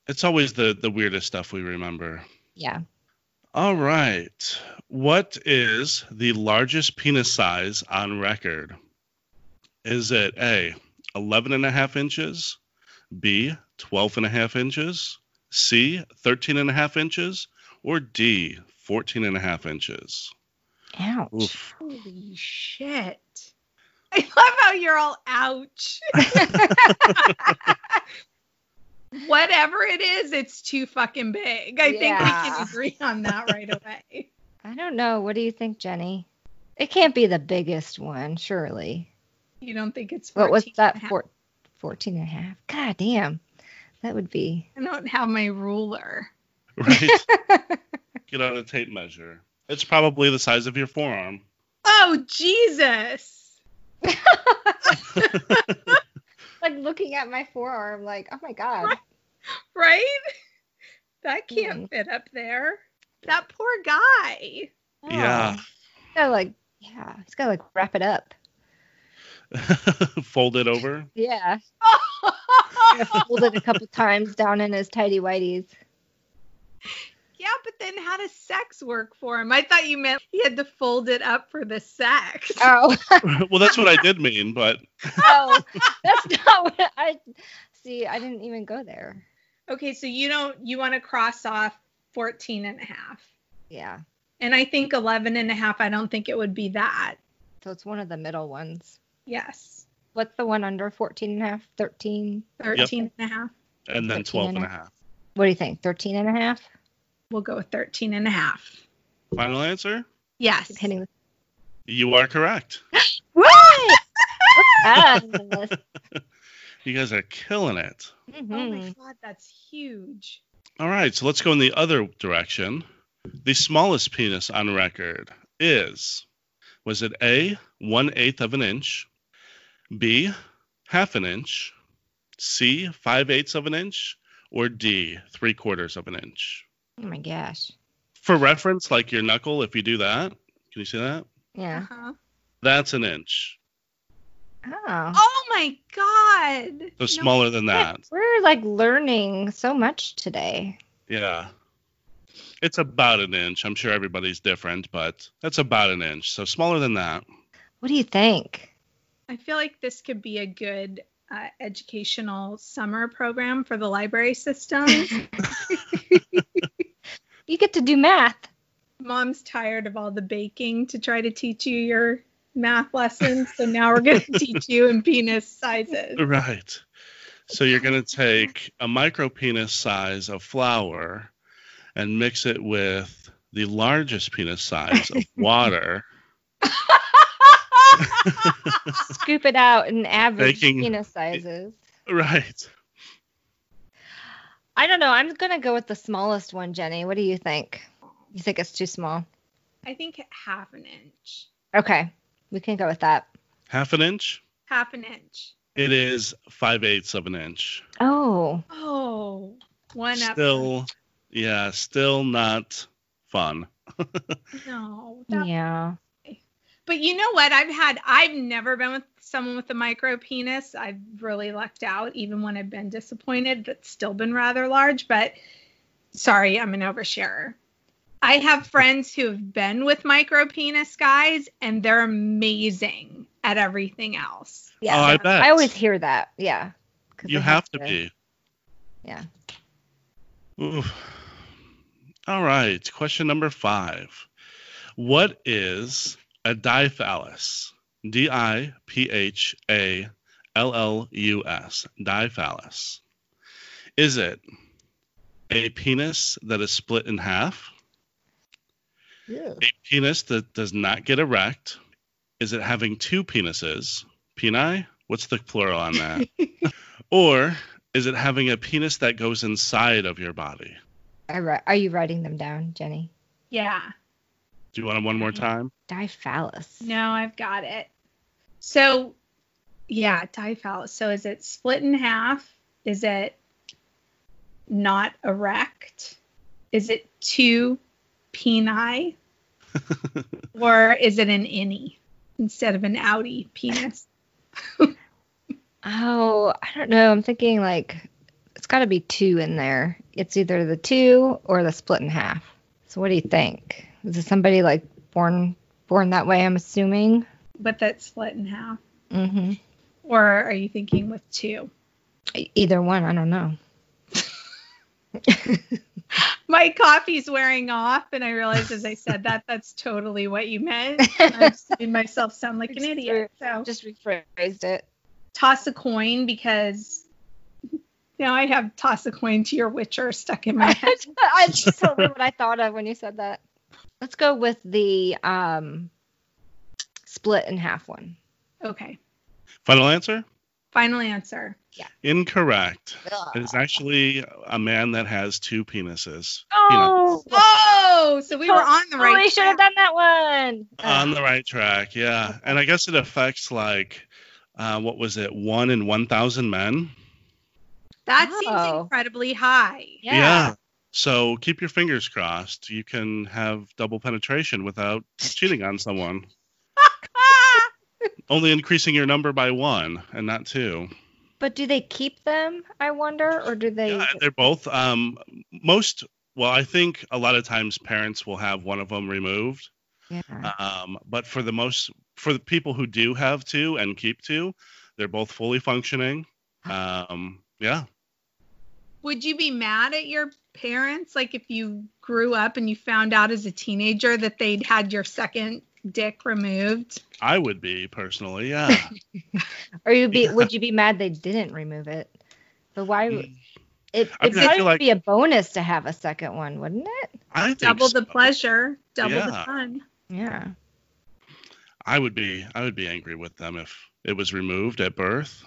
It's always the the weirdest stuff we remember.
Yeah.
All right. What is the largest penis size on record? Is it A, 11 and a half inches, B, 12 and a half inches, C, 13 and a half inches, or D, 14 and a half inches?
Ouch.
Oof.
*laughs* Holy shit. I love how you're all
*laughs*
ouch. Whatever it is, it's too fucking big. I think we
Yeah.
can agree on that right away.
I don't know. What do you think, Jenny? It can't be the biggest one, surely.
You don't think it's
What was
14 and
that?
a half?
Four, 14 and a half? God damn. That would be.
I don't have my ruler.
*laughs* Right? Get out a tape measure. It's probably the size of your forearm.
Oh Jesus.
like looking at my forearm, like, oh my god.
right? That can't
Mm.
fit up there. That poor guy. *laughs*
Yeah.
Gotta like, yeah, he's gotta like wrap it up.
*laughs* Fold it over. *laughs*
Yeah. Fold it a *laughs* couple times down in his tidy whities.
yeah, but then how does sex work for him? I thought you meant he had to fold it up for the sex.
*laughs* Oh,
well, that's what I did mean, but
no, that's not what I see. I didn't even go there.
Okay, so you don't you want to cross off 14 and a half.
Yeah.
And I think 11 and a half, I don't think it would be that.
So it's one of the middle ones.
Yes.
What's the one under 14 and a half? 13?
13 and a half.
and then 12 and a half.
What do you think? 13 and a half?
We'll go with 13 and a half.
Final answer?
Yes.
Keep hitting the
You are correct.
What? *laughs* *laughs* Ah, yes.
You guys are killing it.
Oh
Mhm.
my god, that's huge.
All right, so let's go in the other direction. The smallest penis on record is was it A, one eighth of an inch, B, half an inch, C, five eighths of an inch, or D, three quarters of an inch?
Oh my gosh.
For reference, like your knuckle, if you do that, can you see that?
Yeah.
Uh-huh.
That's an inch.
Oh.
Oh my god.
So
No,
smaller than that.
We're like learning so much today.
Yeah. It's about an inch. I'm sure everybody's different, but that's about an inch. So smaller than that.
What do you think?
I feel like this could be a good uh, educational summer program for the library system.
You get to do math.
Mom's tired of all the baking to try to teach you your math lessons, so now we're going to teach you in penis sizes.
Right. So you're going to take a micro penis size of flour and mix it with the largest penis size of water,
Scoop it out in average
Baking-
penis sizes.
right?
I don't know. I'm gonna go with the smallest one, Jenny. What do you think? You think it's too small?
I think half an inch.
Okay, we can go with that.
Half an inch.
Half an inch.
It is five eighths of an inch.
Oh,
Oh, one up.
Still, yeah, still not fun.
No. that-
yeah.
But you know what? I've had I've never been with someone with a micro penis. I've really lucked out, even when I've been disappointed. That's still been rather large. But sorry, I'm an oversharer. I have friends who have been with micro penis guys, and they're amazing at everything else.
Yeah.
oh, I bet.
I always hear that. Yeah. 'Cause
You
they
have to be.
Yeah.
Oof. All right. Question number five. What is a diphallus? D I P H A L L U S. Diphallus. Is it a penis that is split in half? A penis that does not get erect? Is it having two penises? Peni? What's the plural on that? or is it having a penis that goes inside of your body?
I ri- are you writing them down, Jenny?
Yeah.
Do you want it one more time?
Diphallus.
No, I've got it. So, yeah, diphallus. So is it split in half? Is it not erect? Is it two peni? or is it an innie instead of an outie penis?
Oh, I don't know. I'm thinking like it's got to be two in there. It's either the two or the split in half. So what do you think? Is it somebody like born born that way? I'm assuming.
But that's split in half.
Mm-hmm. E,
Or are you thinking with two?
Either one. I don't *laughs* know.
My coffee's wearing off, and I realized as I said that, that's totally what you meant. I just made myself sound like an idiot. So.
Just rephrased *laughs* it.
toss a coin because now I have toss a coin to your Witcher stuck *laughs* in my head.
That's totally what *laughs* I thought of when you said that. Let's go with the um, split in half one.
Okay,
*laughs* Final answer?
final answer.
Incorrect. It is actually a man that has two penises.
Oh,
Oh, Oh, so we were on the right.
Oh, we should have done
track.
that one.
on the right track yeah and i guess it affects like uh, what was it one in 1000 men
That
Oh.
seems incredibly high.
yeah.
so keep your fingers crossed you can have double penetration without cheating on someone
Ah,
only increasing your number by one and not two
But do they keep them? I wonder, or do they?
yeah, they're both um, most well i think a lot of times parents will have one of them removed
Yeah.
Um, but for the most, for the people who do have two and keep two, they're both fully functioning.
Ah.
Um, yeah,
would you be mad at your parents? Like if you grew up and you found out as a teenager that they'd had your second dick removed?
I would be personally.
*laughs*
Yeah,
Or you be? Would you be mad they didn't remove it? But why? would- It
Hmm. I
it
mean, I
probably
feel
would
like-
be a bonus to have a second one, wouldn't it?
I think
Double the
so.
pleasure, double
Yeah.
the fun.
Yeah.
I would be. I would be angry with them if it was removed at birth.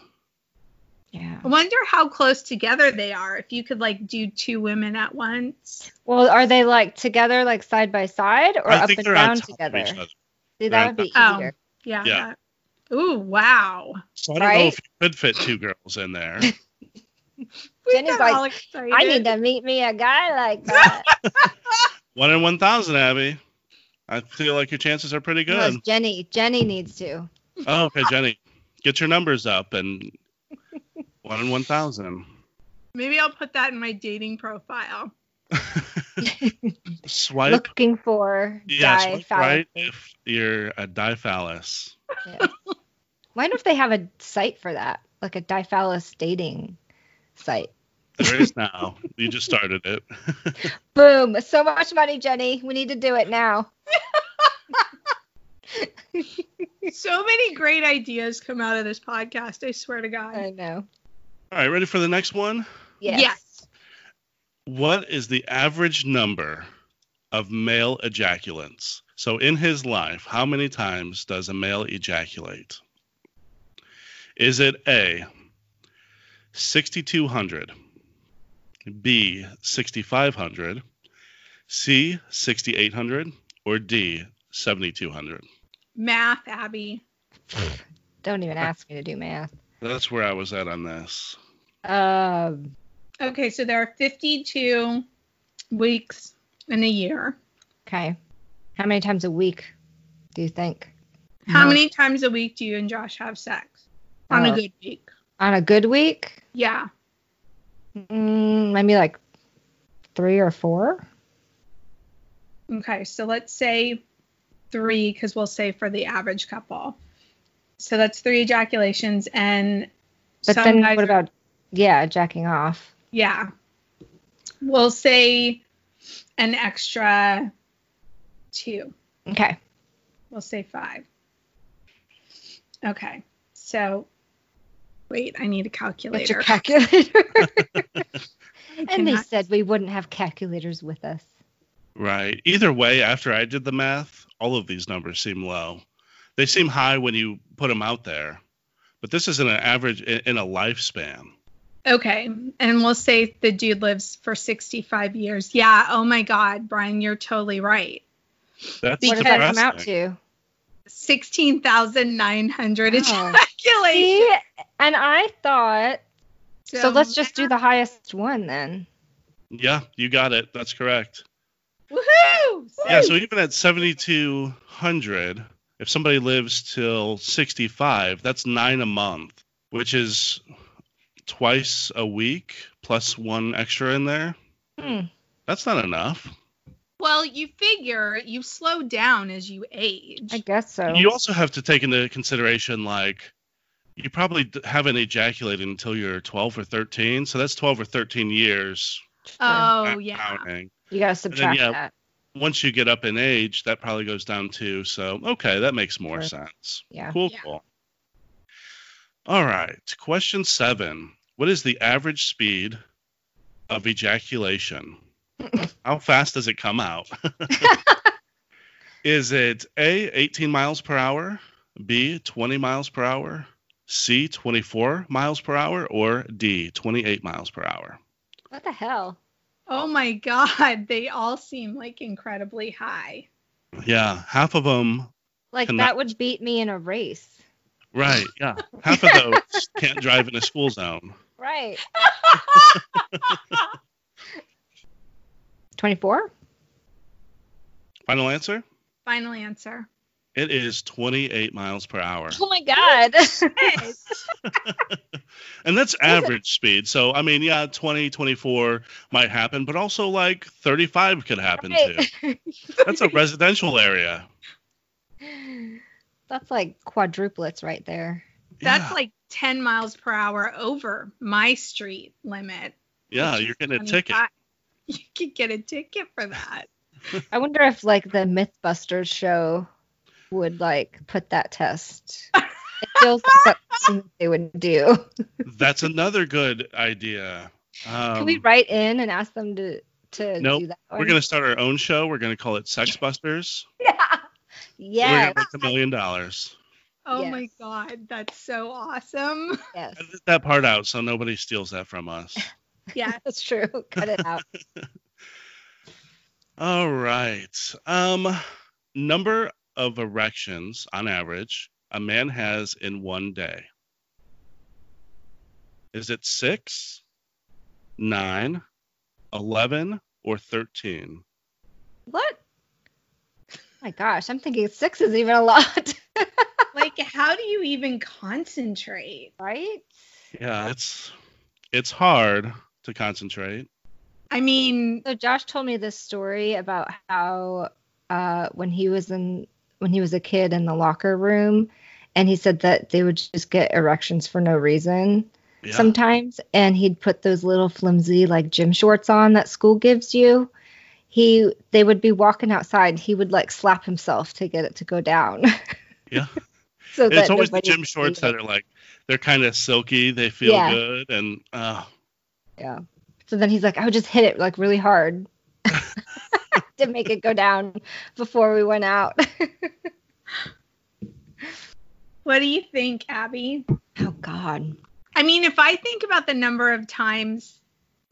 Yeah.
I wonder how close together they are. If you could like do two women at once.
Well, are they like together, like side by side, or
I
up
think
and
they're on
down
top of
together?
each other.
See,
They're on
that would be
top.
easier.
Oh, Yeah.
Yeah.
that- Ooh, wow.
So I don't know
Right?
if you could fit two girls
*laughs*
in there.
We
Jenny's
got
like,
all excited.
I need to meet me a guy
*laughs*
like that.
one in one thousand, Abby. I feel like your chances are pretty
Unless
good.
Jenny, Jenny needs to.
Oh, okay, Jenny, get your numbers up and one in one thousand.
Maybe I'll put that in my dating profile.
Swipe
Looking for
Yes,
guy
look
foul.
right if you're a diphallus.
Yeah. Wonder if they have a site for that, like a diphallus dating site.
There is now. you just started it. *laughs*
Boom! So much money, Jenny. We need to do it now.
So many great ideas come out of this podcast. I swear to God.
I know.
All right, ready for the next one?
Yes.
Yes.
What is the average number of male ejaculants? So in his life, how many times does a male ejaculate? Is it A 6200, B 6500, C 6800 or D 7200?
Math, Abby.
Don't even ask me to do math.
That's where I was at on this.
Um,
Okay, so there are 52 weeks in a year.
okay. How many times a week do you think?
How
No.
many times a week do you and Josh have sex? On
Oh.
a good week.
On a good week?
Yeah.
Mm, maybe like three or four.
Okay, so let's say three, because we'll say for the average couple. So that's three ejaculations, and
But
some
then
guys
what
are-
about yeah, jacking off?
yeah, we'll say an extra two.
Okay.
We'll say five. Okay, so wait, I need a
Get your
calculator. *laughs*
calculator.
I
and they
cannot-
said we wouldn't have calculators with us.
Right. Either way, after I did the math, all of these numbers seem low. They seem high when you put them out there, but this isn't an average in, in a lifespan.
Okay, and we'll say the dude lives for 65 years. Yeah, oh my God, Brian, you're totally right.
That's
what
Because-
does that
depressing.
come out to?
16,900
Wow.
ejaculations.
See? And I thought um, so, let's just do the highest one then.
Yeah, you got it. That's correct.
Woohoo!
Yeah. So even at 7,200, if somebody lives till 65, that's nine a month, which is twice a week plus one extra in there.
Hmm.
That's not enough.
well, you figure you slow down as you age.
I guess
Oh.
so.
You also have to take into consideration like you probably d- haven't ejaculated until you're 12 or 13, so that's 12 or 13 years.
Uh,
oh,
not
yeah.
counting.
you gotta subtract
yeah,
that.
Once you get up in age, that probably goes down too. So okay, that makes more
Sure.
sense.
Yeah.
Cool,
Yeah.
cool. All right. Question seven. What is the average speed of ejaculation? How fast does it come out? is it A, 18 miles per hour, B, 20 miles per hour, C, 24 miles per hour, or D, 28 miles per hour?
What the hell?
Oh my God, they all seem like incredibly high.
Yeah, half of them.
Like
Cannot-
that would beat me in a race.
Right. Yeah, half of those can't drive in a school zone.
*laughs* Right. 24?
Final answer.
Final answer.
It is 28 miles per hour,
Oh my god.
*laughs*
Hey,
and that's average speed. So I mean, yeah, 20, 24 might happen, but also like 35 could happen too. That's a
*laughs*
residential area.
That's like quadruplets right there.
That's
yeah.
like 10 miles per hour over my street limit.
yeah,
which
you're
is
getting a ticket.
25. *laughs* You could get a ticket for that.
I wonder if like the Mythbusters show would like put that test. It feels like that's something they would do.
That's another good idea. Um,
Can we write in and ask them to to
Nope.
do that?
We're
one?
gonna start our own show. We're gonna call it Sex Busters.
Yeah.
Yes,
We're gonna make a million dollars.
Oh
Yes.
my God, that's so awesome.
yes. *laughs*
Edit that part out so nobody steals that from us.
*laughs* Yeah.
That's true. Cut it
*laughs*
out.
All right. Um, number of erections on average a man has in one day. Is it six, nine, eleven, or thirteen?
What? Oh my gosh, I'm thinking six is even a lot, *laughs*
like, how do you even concentrate?
right?
Yeah, it's it's hard to concentrate.
I mean,
So Josh told me this story about how uh, when he was in when he was a kid in the locker room, and he said that they would just get erections for no reason
Yeah.
sometimes, and he'd put those little flimsy like gym shorts on that school gives you. He they would be walking outside. He would like slap himself to get it to go down. *laughs*
Yeah.
so
And it's
that
always the
nobody
gym
would see
shorts
it.
that are like they're kind of silky, they feel
Yeah.
good, and uh,
Yeah. So then he's like, I would just hit it like really
*laughs*
hard to make it go down before we went out. *laughs*
what do you think, Abby?
oh God.
I mean, if I think about the number of times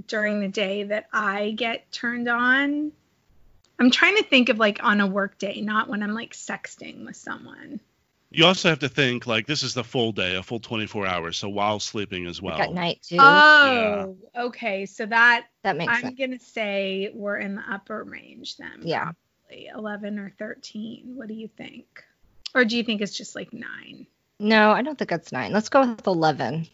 during the day that I get turned on, I'm trying to think of like on a work day, not when I'm like sexting with someone.
you also have to think like this is the full day, a full 24 hours, so while sleeping as well.
Like at night too.
Oh, okay. So that
that makes
I'm
sense.
gonna say we're in the upper range then.
Yeah.
probably, Eleven or thirteen. What do you think? Or do you think it's just like nine?
No, I don't think that's nine. Let's go with eleven.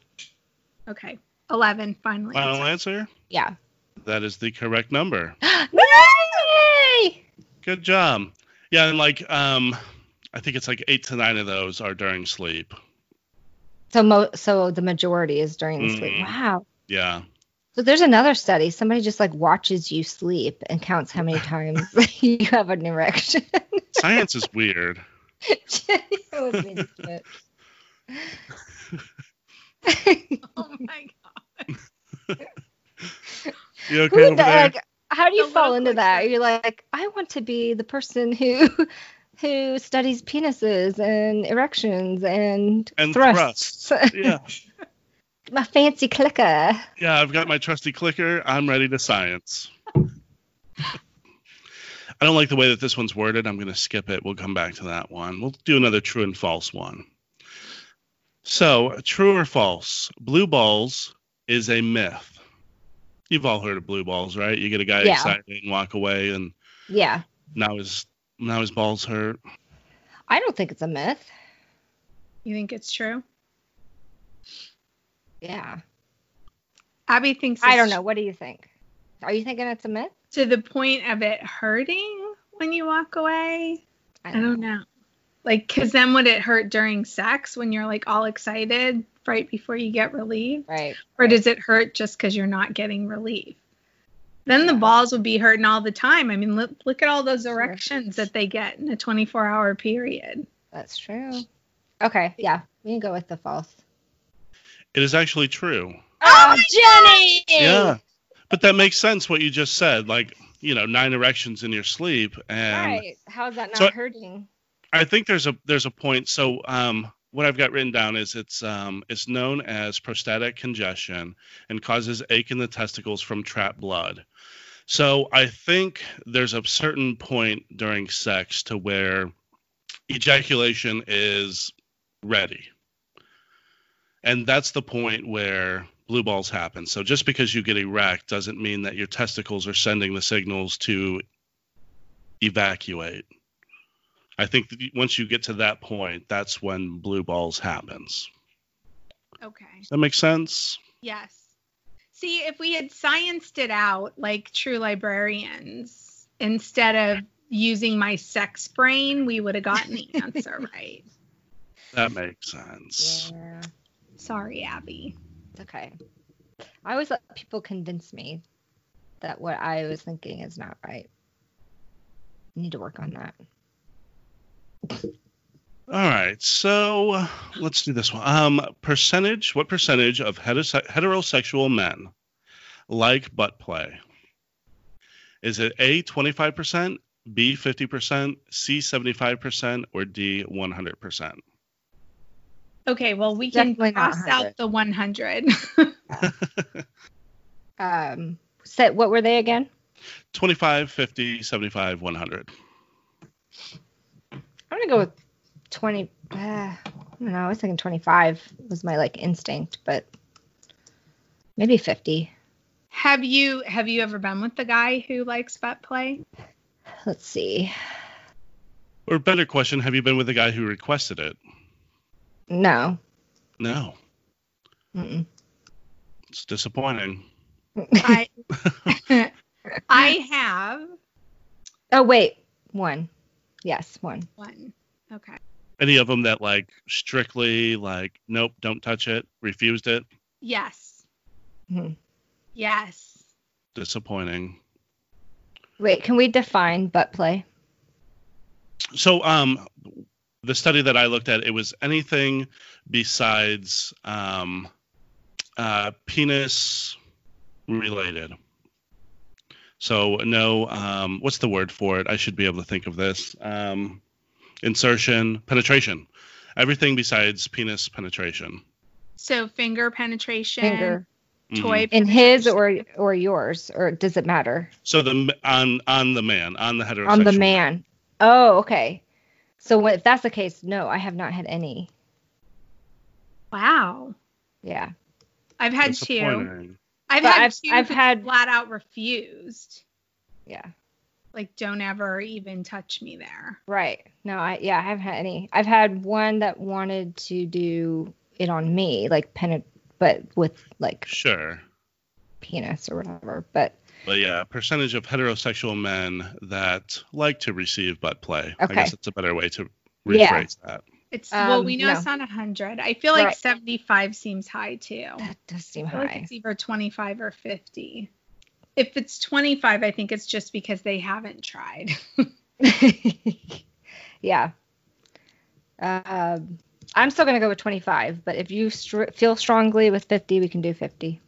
Okay. Eleven finally.
Final answer?
Yeah. *gasps*
That is the correct number.
Yay!
Good job. Yeah, and like um I think it's like 8 to 9 of those are during sleep.
So mo- so the majority is during the sleep.
Mhm.
Wow.
Yeah.
So there's another study. Somebody just like watches you sleep and counts how many times *laughs* you have an erection. *laughs*
Science is weird.
It would be good.
*laughs* Oh my god.
You
Who
okay
the-
over there?
like, how do you
The
fall
little
into that?
clicker.
You're like, I want to be the person who *laughs* who studies penises and erections and,
And
thrusts. *laughs*
Yeah.
My fancy clicker.
Yeah, I've got my trusty clicker. I'm ready to science. I don't like the way that this one's worded. I'm going to skip it. We'll come back to that one. We'll do another true and false one. So, true or false, blue balls is a myth. You've all heard of blue balls, right? You get a guy
Yeah.
excited and walk away, and
Yeah,
now his now his balls hurt.
I don't think it's a myth.
You think it's true?
Yeah,
Abby thinks
I
it's
don't know. What do you think? Are you thinking it's a myth?
to the point of it hurting when you walk away.
I
I don't know. Like, cause then would it hurt during sex when you're like all excited right before you get relieved?
Right.
Or does it hurt just because you're not getting relief? Then the balls would be hurting all the time. I mean, look, look at all those
Sure.
erections that they get in a 24 hour period.
That's true. Okay. Yeah, we can go with the false.
It is actually true.
Oh, Jenny!
Yeah, but that makes sense. What you just said, like you know, nine erections in your sleep, and
Right. How's that not
So-
hurting?
I think there's a there's a point. So um, what I've got written down is it's um, it's known as prostatic congestion and causes ache in the testicles from trapped blood. So I think there's a certain point during sex to where ejaculation is ready. And that's the point where blue balls happen. So just because you get erect doesn't mean that your testicles are sending the signals to evacuate. I think that once you get to that point, that's when blue balls happens.
Okay.
Does that make sense?
Yes. See, if we had scienced it out like true librarians, instead of using my sex brain, we would have gotten the
*laughs*
answer right.
That makes sense.
Yeah.
Sorry, Abby.
It's okay. I always let people convince me that what I was thinking is not right. I need to work on that.
All right, so uh, let's do this one. Um, percentage. What percentage of heterose- heterosexual men like butt play? Is it A twenty five percent, B fifty percent, C seventy five percent, or D one hundred percent?
Okay, well, we can
Definitely not
cross out
100.
the 100.
*laughs*
Um, set. What were they again?
25, 50, 75, 100.
I'm gonna go with 20. Uh, I don't know. I was thinking 25 was my like instinct, but maybe 50.
*laughs* have you have you ever been with the guy who likes butt play?
Let's see.
Or better question, have you been with the guy who requested it?
No.
No,
Mm-mm.
it's disappointing.
*laughs*
I I have
Oh wait, one. Yes, one.
one. Okay.
Any of them that like strictly like nope, don't touch it, refused it,
Yes.
Hmm.
Yes.
disappointing.
Wait, can we define butt play?
So um the study that I looked at, it was anything besides um uh penis related. So no um what's the word for it? I should be able to think of this. Um insertion, penetration. Everything besides penis penetration.
So finger penetration,
Finger
Mhm.
toy
in his
penetration.
or or yours, or does it matter
So the m- on on the man, on the heterosexual
on the man? Oh, okay. So what, if that's the case, no, I have not had any.
Wow.
Yeah.
I've had two.
Disappointing.
I've
But
had
I've-
two
I've
who
had-
flat out refused.
Yeah.
Like don't ever even touch me there.
Right. No, I yeah, I haven't had any. I've had one that wanted to do it on me, like pen but with like
Sure.
penis or whatever. But
But yeah, percentage of heterosexual men that like to receive butt play. I
Okay.
guess that's a better way to rephrase
Yeah.
that.
It's well,
Um,
we know
no.
it's not hundred. I feel like
Right.
seventy-five seems high too. I
that does seem
feel like
high.
it's either twenty-five or fifty. If it's twenty-five, I think it's just because they haven't tried. *laughs*
*laughs* yeah. Um, I'm still gonna go with 25, but if you str- feel strongly with 50, we can do 50.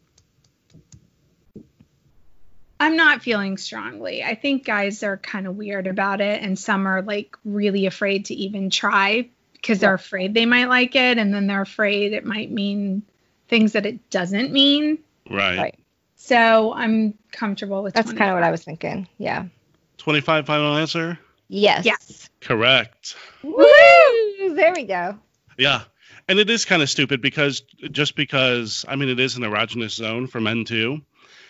I'm not feeling strongly. I think guys are kind of weird about it, and some are like really afraid to even try because they're afraid they might like it, and then they're afraid it might mean things that it doesn't mean.
Right.
Right.
So I'm comfortable with
That's kind of what I
25.
was thinking. Yeah.
25 final answer?
Yes.
Yes.
Correct.
Woo! There we go.
Yeah. And it is kind of stupid because just because, I mean, it is an erogenous zone for men too.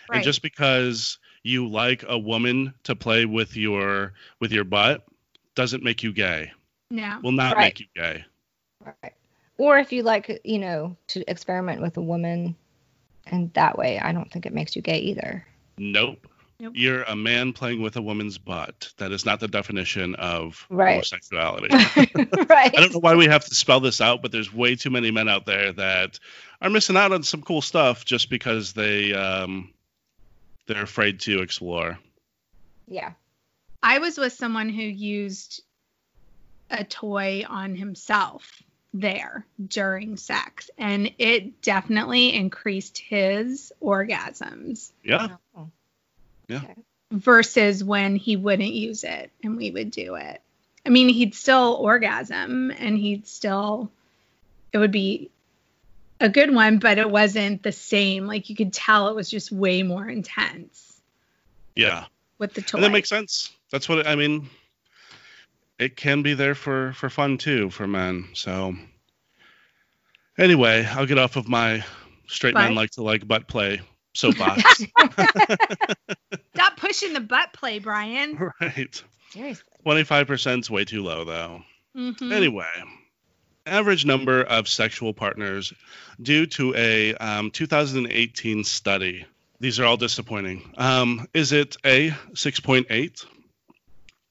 Right.
And just because you like a woman to play with your with your butt doesn't make you gay.
no.
Will not
Right.
make you gay.
Right. Or if you like, you know, to experiment with a woman and that way, I don't think it makes you gay either. *laughs*
Nope.
Nope.
You're a man playing with a woman's butt. That is not the definition of
Right.
homosexuality.
right.
I don't know why we have to spell this out, but there's way too many men out there that are missing out on some cool stuff just because they um, they're afraid to explore.
Yeah.
I was with someone who used a toy on himself there during sex, and it definitely increased his orgasms
Yeah,
Oh,
versus when he wouldn't use it and we would do it. I mean, he'd still orgasm and he'd still, it would be a good one, but it wasn't the same. Like you could tell it was just way more intense.
Yeah.
with the toy.
And that makes sense. That's what it, I mean. It can be there for for fun too for men. So anyway, I'll get off of my straight men
Bye.
like to like butt play
*laughs*
soapbox.
Stop pushing the butt play, Brian.
right.
Seriously.
Twenty five percent's way too low though.
Mhm.
Anyway, average number of sexual partners due to a um, 2018 study. These are all disappointing. Um, is it A, 6.8,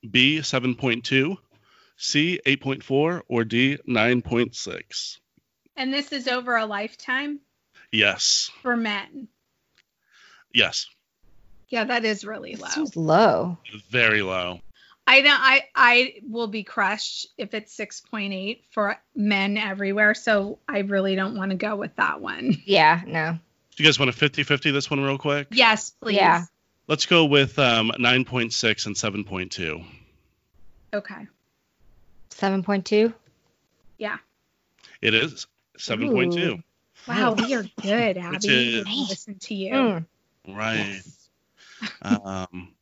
B, 7.2, C, 8.4, or D, 9.6?
And this is over a lifetime
Yes.
for men.
Yes.
Yeah, that is really
This
low.
was low.
Very low.
I don't. I I will be crushed if it's six point eight for men everywhere. So I really don't want to go with that one. *laughs*
Yeah, no.
Do you guys want to 50 50 this one real quick?
Yes, please.
Yeah.
Let's go with um, 9.6 and 7.2.
Okay.
7.2.
It is 7.2.
Wow, we are good,
Which
Abby.
is-
We Listen to you.
Mm.
Right.
Yes.
um,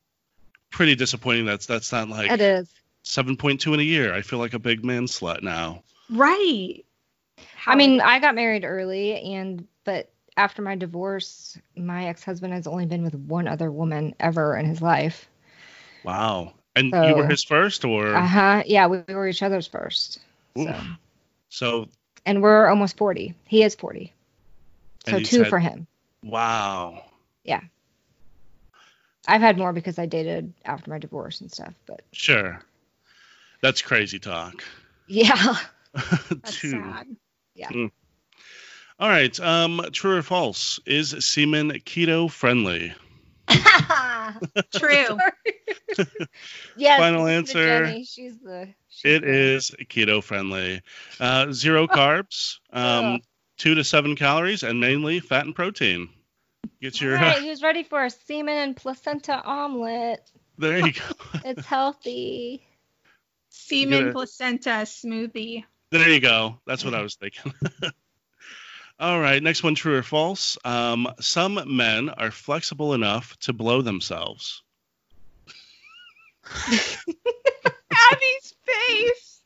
pretty disappointing. That's that's not
It
like
is.
seven point two in a year. I feel like a big man slut now.
Right.
I mean, I got married early, and but after my divorce, my ex-husband has only been with one other woman ever in his life.
Wow. And you were
So-
his first, or
Uh huh. Yeah, we, we were each other's first.
Oof.
So.
so?
And we're almost 40. He is 40. So
And you
two
said-
for him.
Wow.
I've had more because I dated after my divorce and stuff, but *laughs*
Sure. That's crazy talk. *laughs*
yeah.
That's
two.
sad.
*laughs* All right. Um, true or false? Is semen keto friendly?
True.
Yes.
Final
this is the
answer.
Jenny. She's the. She's
It
the-
is keto friendly.
*laughs*
Uh, zero carbs, um, two to seven calories, and mainly fat and protein. Get
All
your *laughs*
right, who's ready for a semen and placenta omelet?
there you go. *laughs*
It's healthy.
Semen
Yeah.
placenta smoothie.
There you go. That's what I was thinking. *laughs* All right, next one true or false. Um, some men are flexible enough to blow themselves.
Abby's face.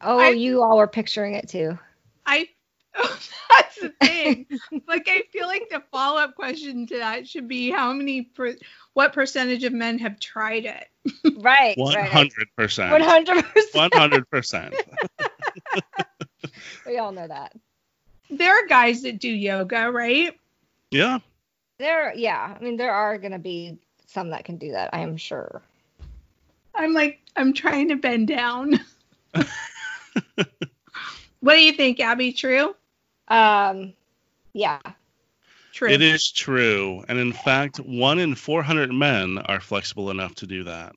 Oh,
I-
you all were picturing it too.
I. *laughs* oh, that's the
*laughs*
thing. like I feel like the follow up question to that should be how many per, what percentage of men have tried it?
Right.
One hundred percent.
hundred percent.
One
*laughs*
hundred percent.
We all know that.
There are guys that do yoga, right?
Yeah.
There, yeah. I mean, there are gonna be some that can do that. I am sure.
I'm like I'm trying to bend down. what do you think, Abby? True?
Um, yeah.
True.
It is true. And in fact, one in four hundred men are flexible enough to do that.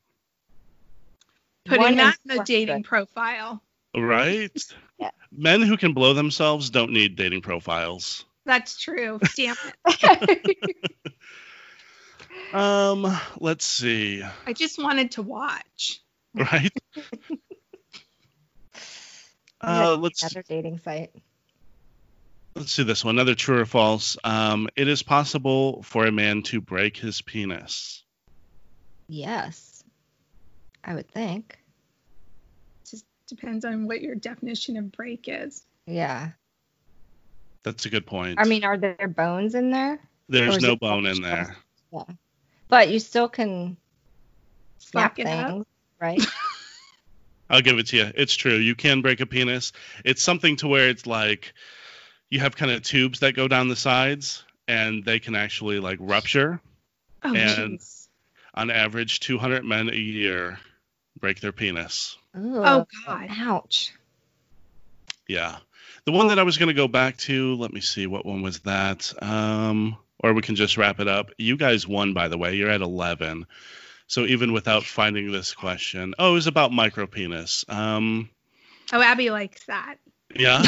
One
Putting that
is
in the
less
dating
good.
profile.
Right?
Yeah.
Men who can blow themselves don't need dating profiles.
That's true. Damn it.
*laughs*
Um, let's see.
I just wanted to watch.
*laughs*
Right? Uh, let's
Another dating site.
Let's do this one. Another true or false. Um, it is possible for a man to break his penis.
Yes, I would think.
Just depends on what your definition of break is.
Yeah.
That's a good point.
I mean, are there bones in there? or
there's
is
no
it
bone in
just-
there.
But you still can snap
Slack it up.
things,
*laughs*
right?
I'll give it to you. It's true. You can break a penis. It's something to where it's like you have kind of tubes that go down the sides and they can actually like rupture.
Oh
And-
jeez.
On average, 200 men a year break their penis.
Ugh,
Oh, God.
Ouch.
Yeah. The one that I was going to go back to, let me see, what one was that? Um, or we can just wrap it up. You guys won, by the way. You're at 11. So even without finding this question, oh, it was about micropenis. Um,
Oh, Abby likes that.
yeah.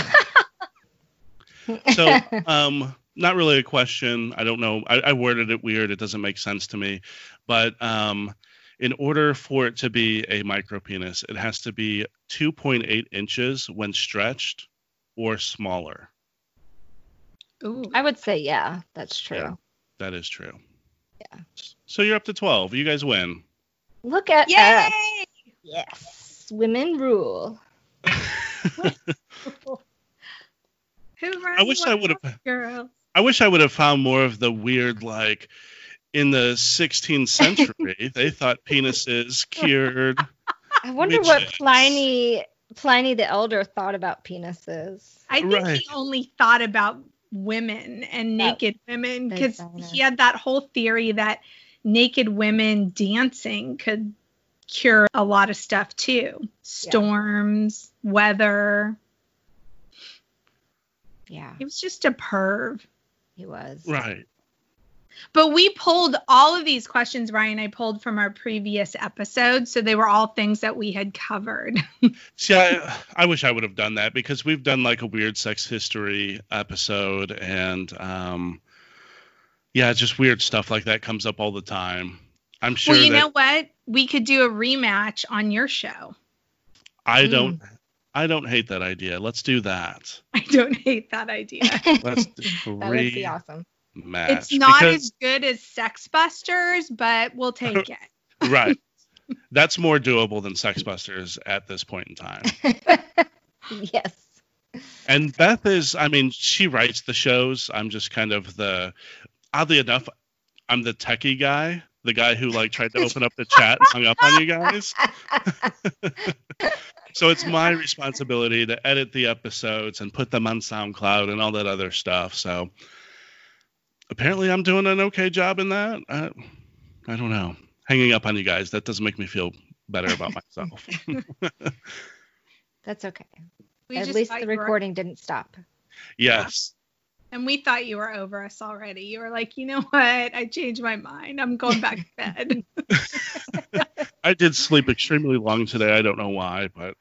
so, um, not really a question. I don't know. I, I worded it weird. It doesn't make sense to me. But um, in order for it to be a micropenis, it has to be 2.8 inches when stretched or smaller.
Ooh.
I would say, yeah, that's true.
Yeah. That is true.
Yeah.
So you're up to 12. You guys win.
Look at
Yay!
us. Yes. Women rule.
Who
I wish I would have.
Girl.
I wish I would have found more of the weird, like in the 16th
*laughs*
century, they thought penises cured.
I wonder what
Witches.
Pliny Pliny the Elder thought about penises.
I think
Right.
he only thought about women and
Yeah.
naked women
They
because
said
he had that whole theory that naked women dancing could cure a lot of stuff too storms, weather.
Yeah,
He was just a perv.
he was.
Right.
But we pulled all of these questions, Ryan. I pulled from our previous episode. So they were all things that we had covered.
See, I, I wish I would have done that because we've done like a weird sex history episode, and um, yeah, just weird stuff like that comes up all the time. I'm sure
well, you
that
know what? We could do a rematch on your show. *laughs* Hmm.
I don't. I don't hate that idea. Let's do that.
I don't hate that idea. *laughs*
Let's
That would be
rematch.
awesome. *laughs*
It's not
because-
as good as Sex Busters, but we'll take it.
right. That's more doable than Sex Busters at this point in time.
Yes.
And Beth is, I mean, she writes the shows. I'm just kind of the, oddly enough, I'm the techie guy, the guy who like tried to open up the chat and hung up on you guys. So it's my responsibility to edit the episodes and put them on SoundCloud and all that other stuff. So apparently I'm doing an okay job in that. I, I don't know. Hanging up on you guys, that doesn't make me feel better about myself.
That's okay.
We
At
just
least
thought
the
you were-
recording didn't stop.
yes.
and we thought you were over us already. You were like, you know what? I changed my mind. I'm going back to bed.
I did sleep extremely long today. I don't know why, but.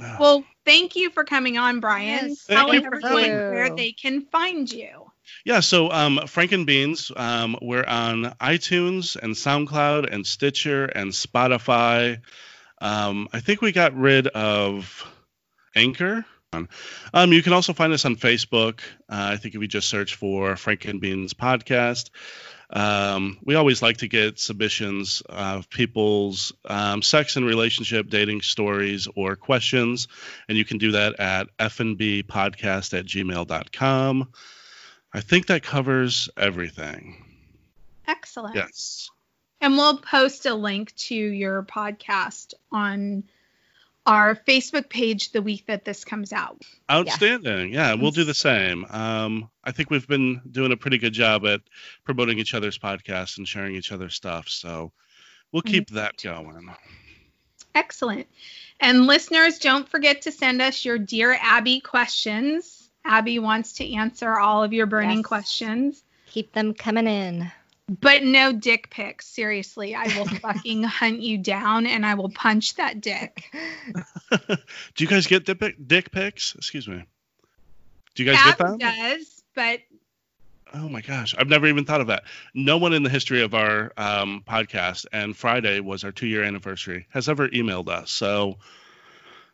Ah,
well, thank you for coming on, Brian.
Yes,
Tell
thank you for
everyone
coming.
where they can find you.
yeah, so um, Frank and Beans, um, we're on iTunes and SoundCloud and Stitcher and Spotify. Um, I think we got rid of Anchor. Um, you can also find us on Facebook. Uh, I think if you just search for Frank and Beans Podcast, um, we always like to get submissions of people's um, sex and relationship dating stories or questions. And you can do that at fnbpodcast at gmail.com. I think that covers everything.
Excellent.
Yes.
And we'll post a link to your podcast on our Facebook page the week that this comes out.
Outstanding. Yeah, we'll do the same. Um, I think we've been doing a pretty good job at promoting each other's podcasts and sharing each other's stuff. So we'll keep that going. *laughs*
Excellent. And listeners, don't forget to send us your Dear Abby questions. Abby wants to answer all of your burning
Yes.
questions,
Keep them coming in.
but no dick pics. Seriously, I
*laughs*
will fucking hunt you down and I will punch that dick.
Do you guys get dick, pic- dick pics? Excuse me. Do you guys get
Abby
them?
does, but
Oh my gosh, I've never even thought of that. No one in the history of our um, podcast, and Friday was our two-year anniversary, has ever emailed us. So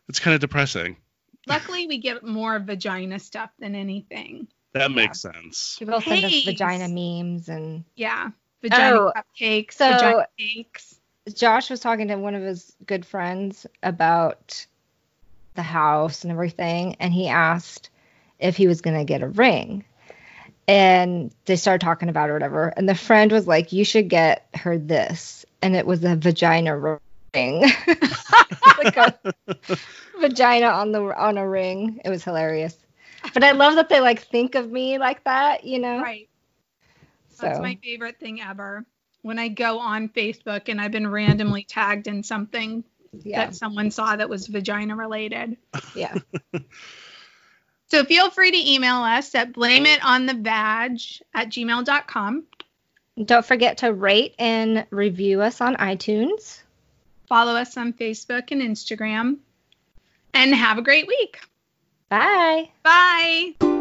it's kind of depressing.
luckily we get more vagina stuff than anything.
That makes sense.
People send us
Hey.
vagina memes and
Yeah. Vagina
Oh,
cupcakes,
so-
vagina cakes.
Josh was talking to one of his good friends about the house and everything, and he asked if he was gonna get a ring. And they started talking about it or whatever. And the friend was like, You should get her this. And it was a vagina ring. *laughs* like
*laughs*
a vagina on the on a ring. It was hilarious. But I love that they like think of me like that, you know.
Right.
So
That's my favorite thing ever. When I go on Facebook and I've been randomly tagged in something
yeah,
that someone saw that was vagina related.
yeah.
So feel free to email us at blameitonthevag at gmail.com.
Don't forget to rate and review us on iTunes.
Follow us on Facebook and Instagram. And have a great week.
Bye.
Bye.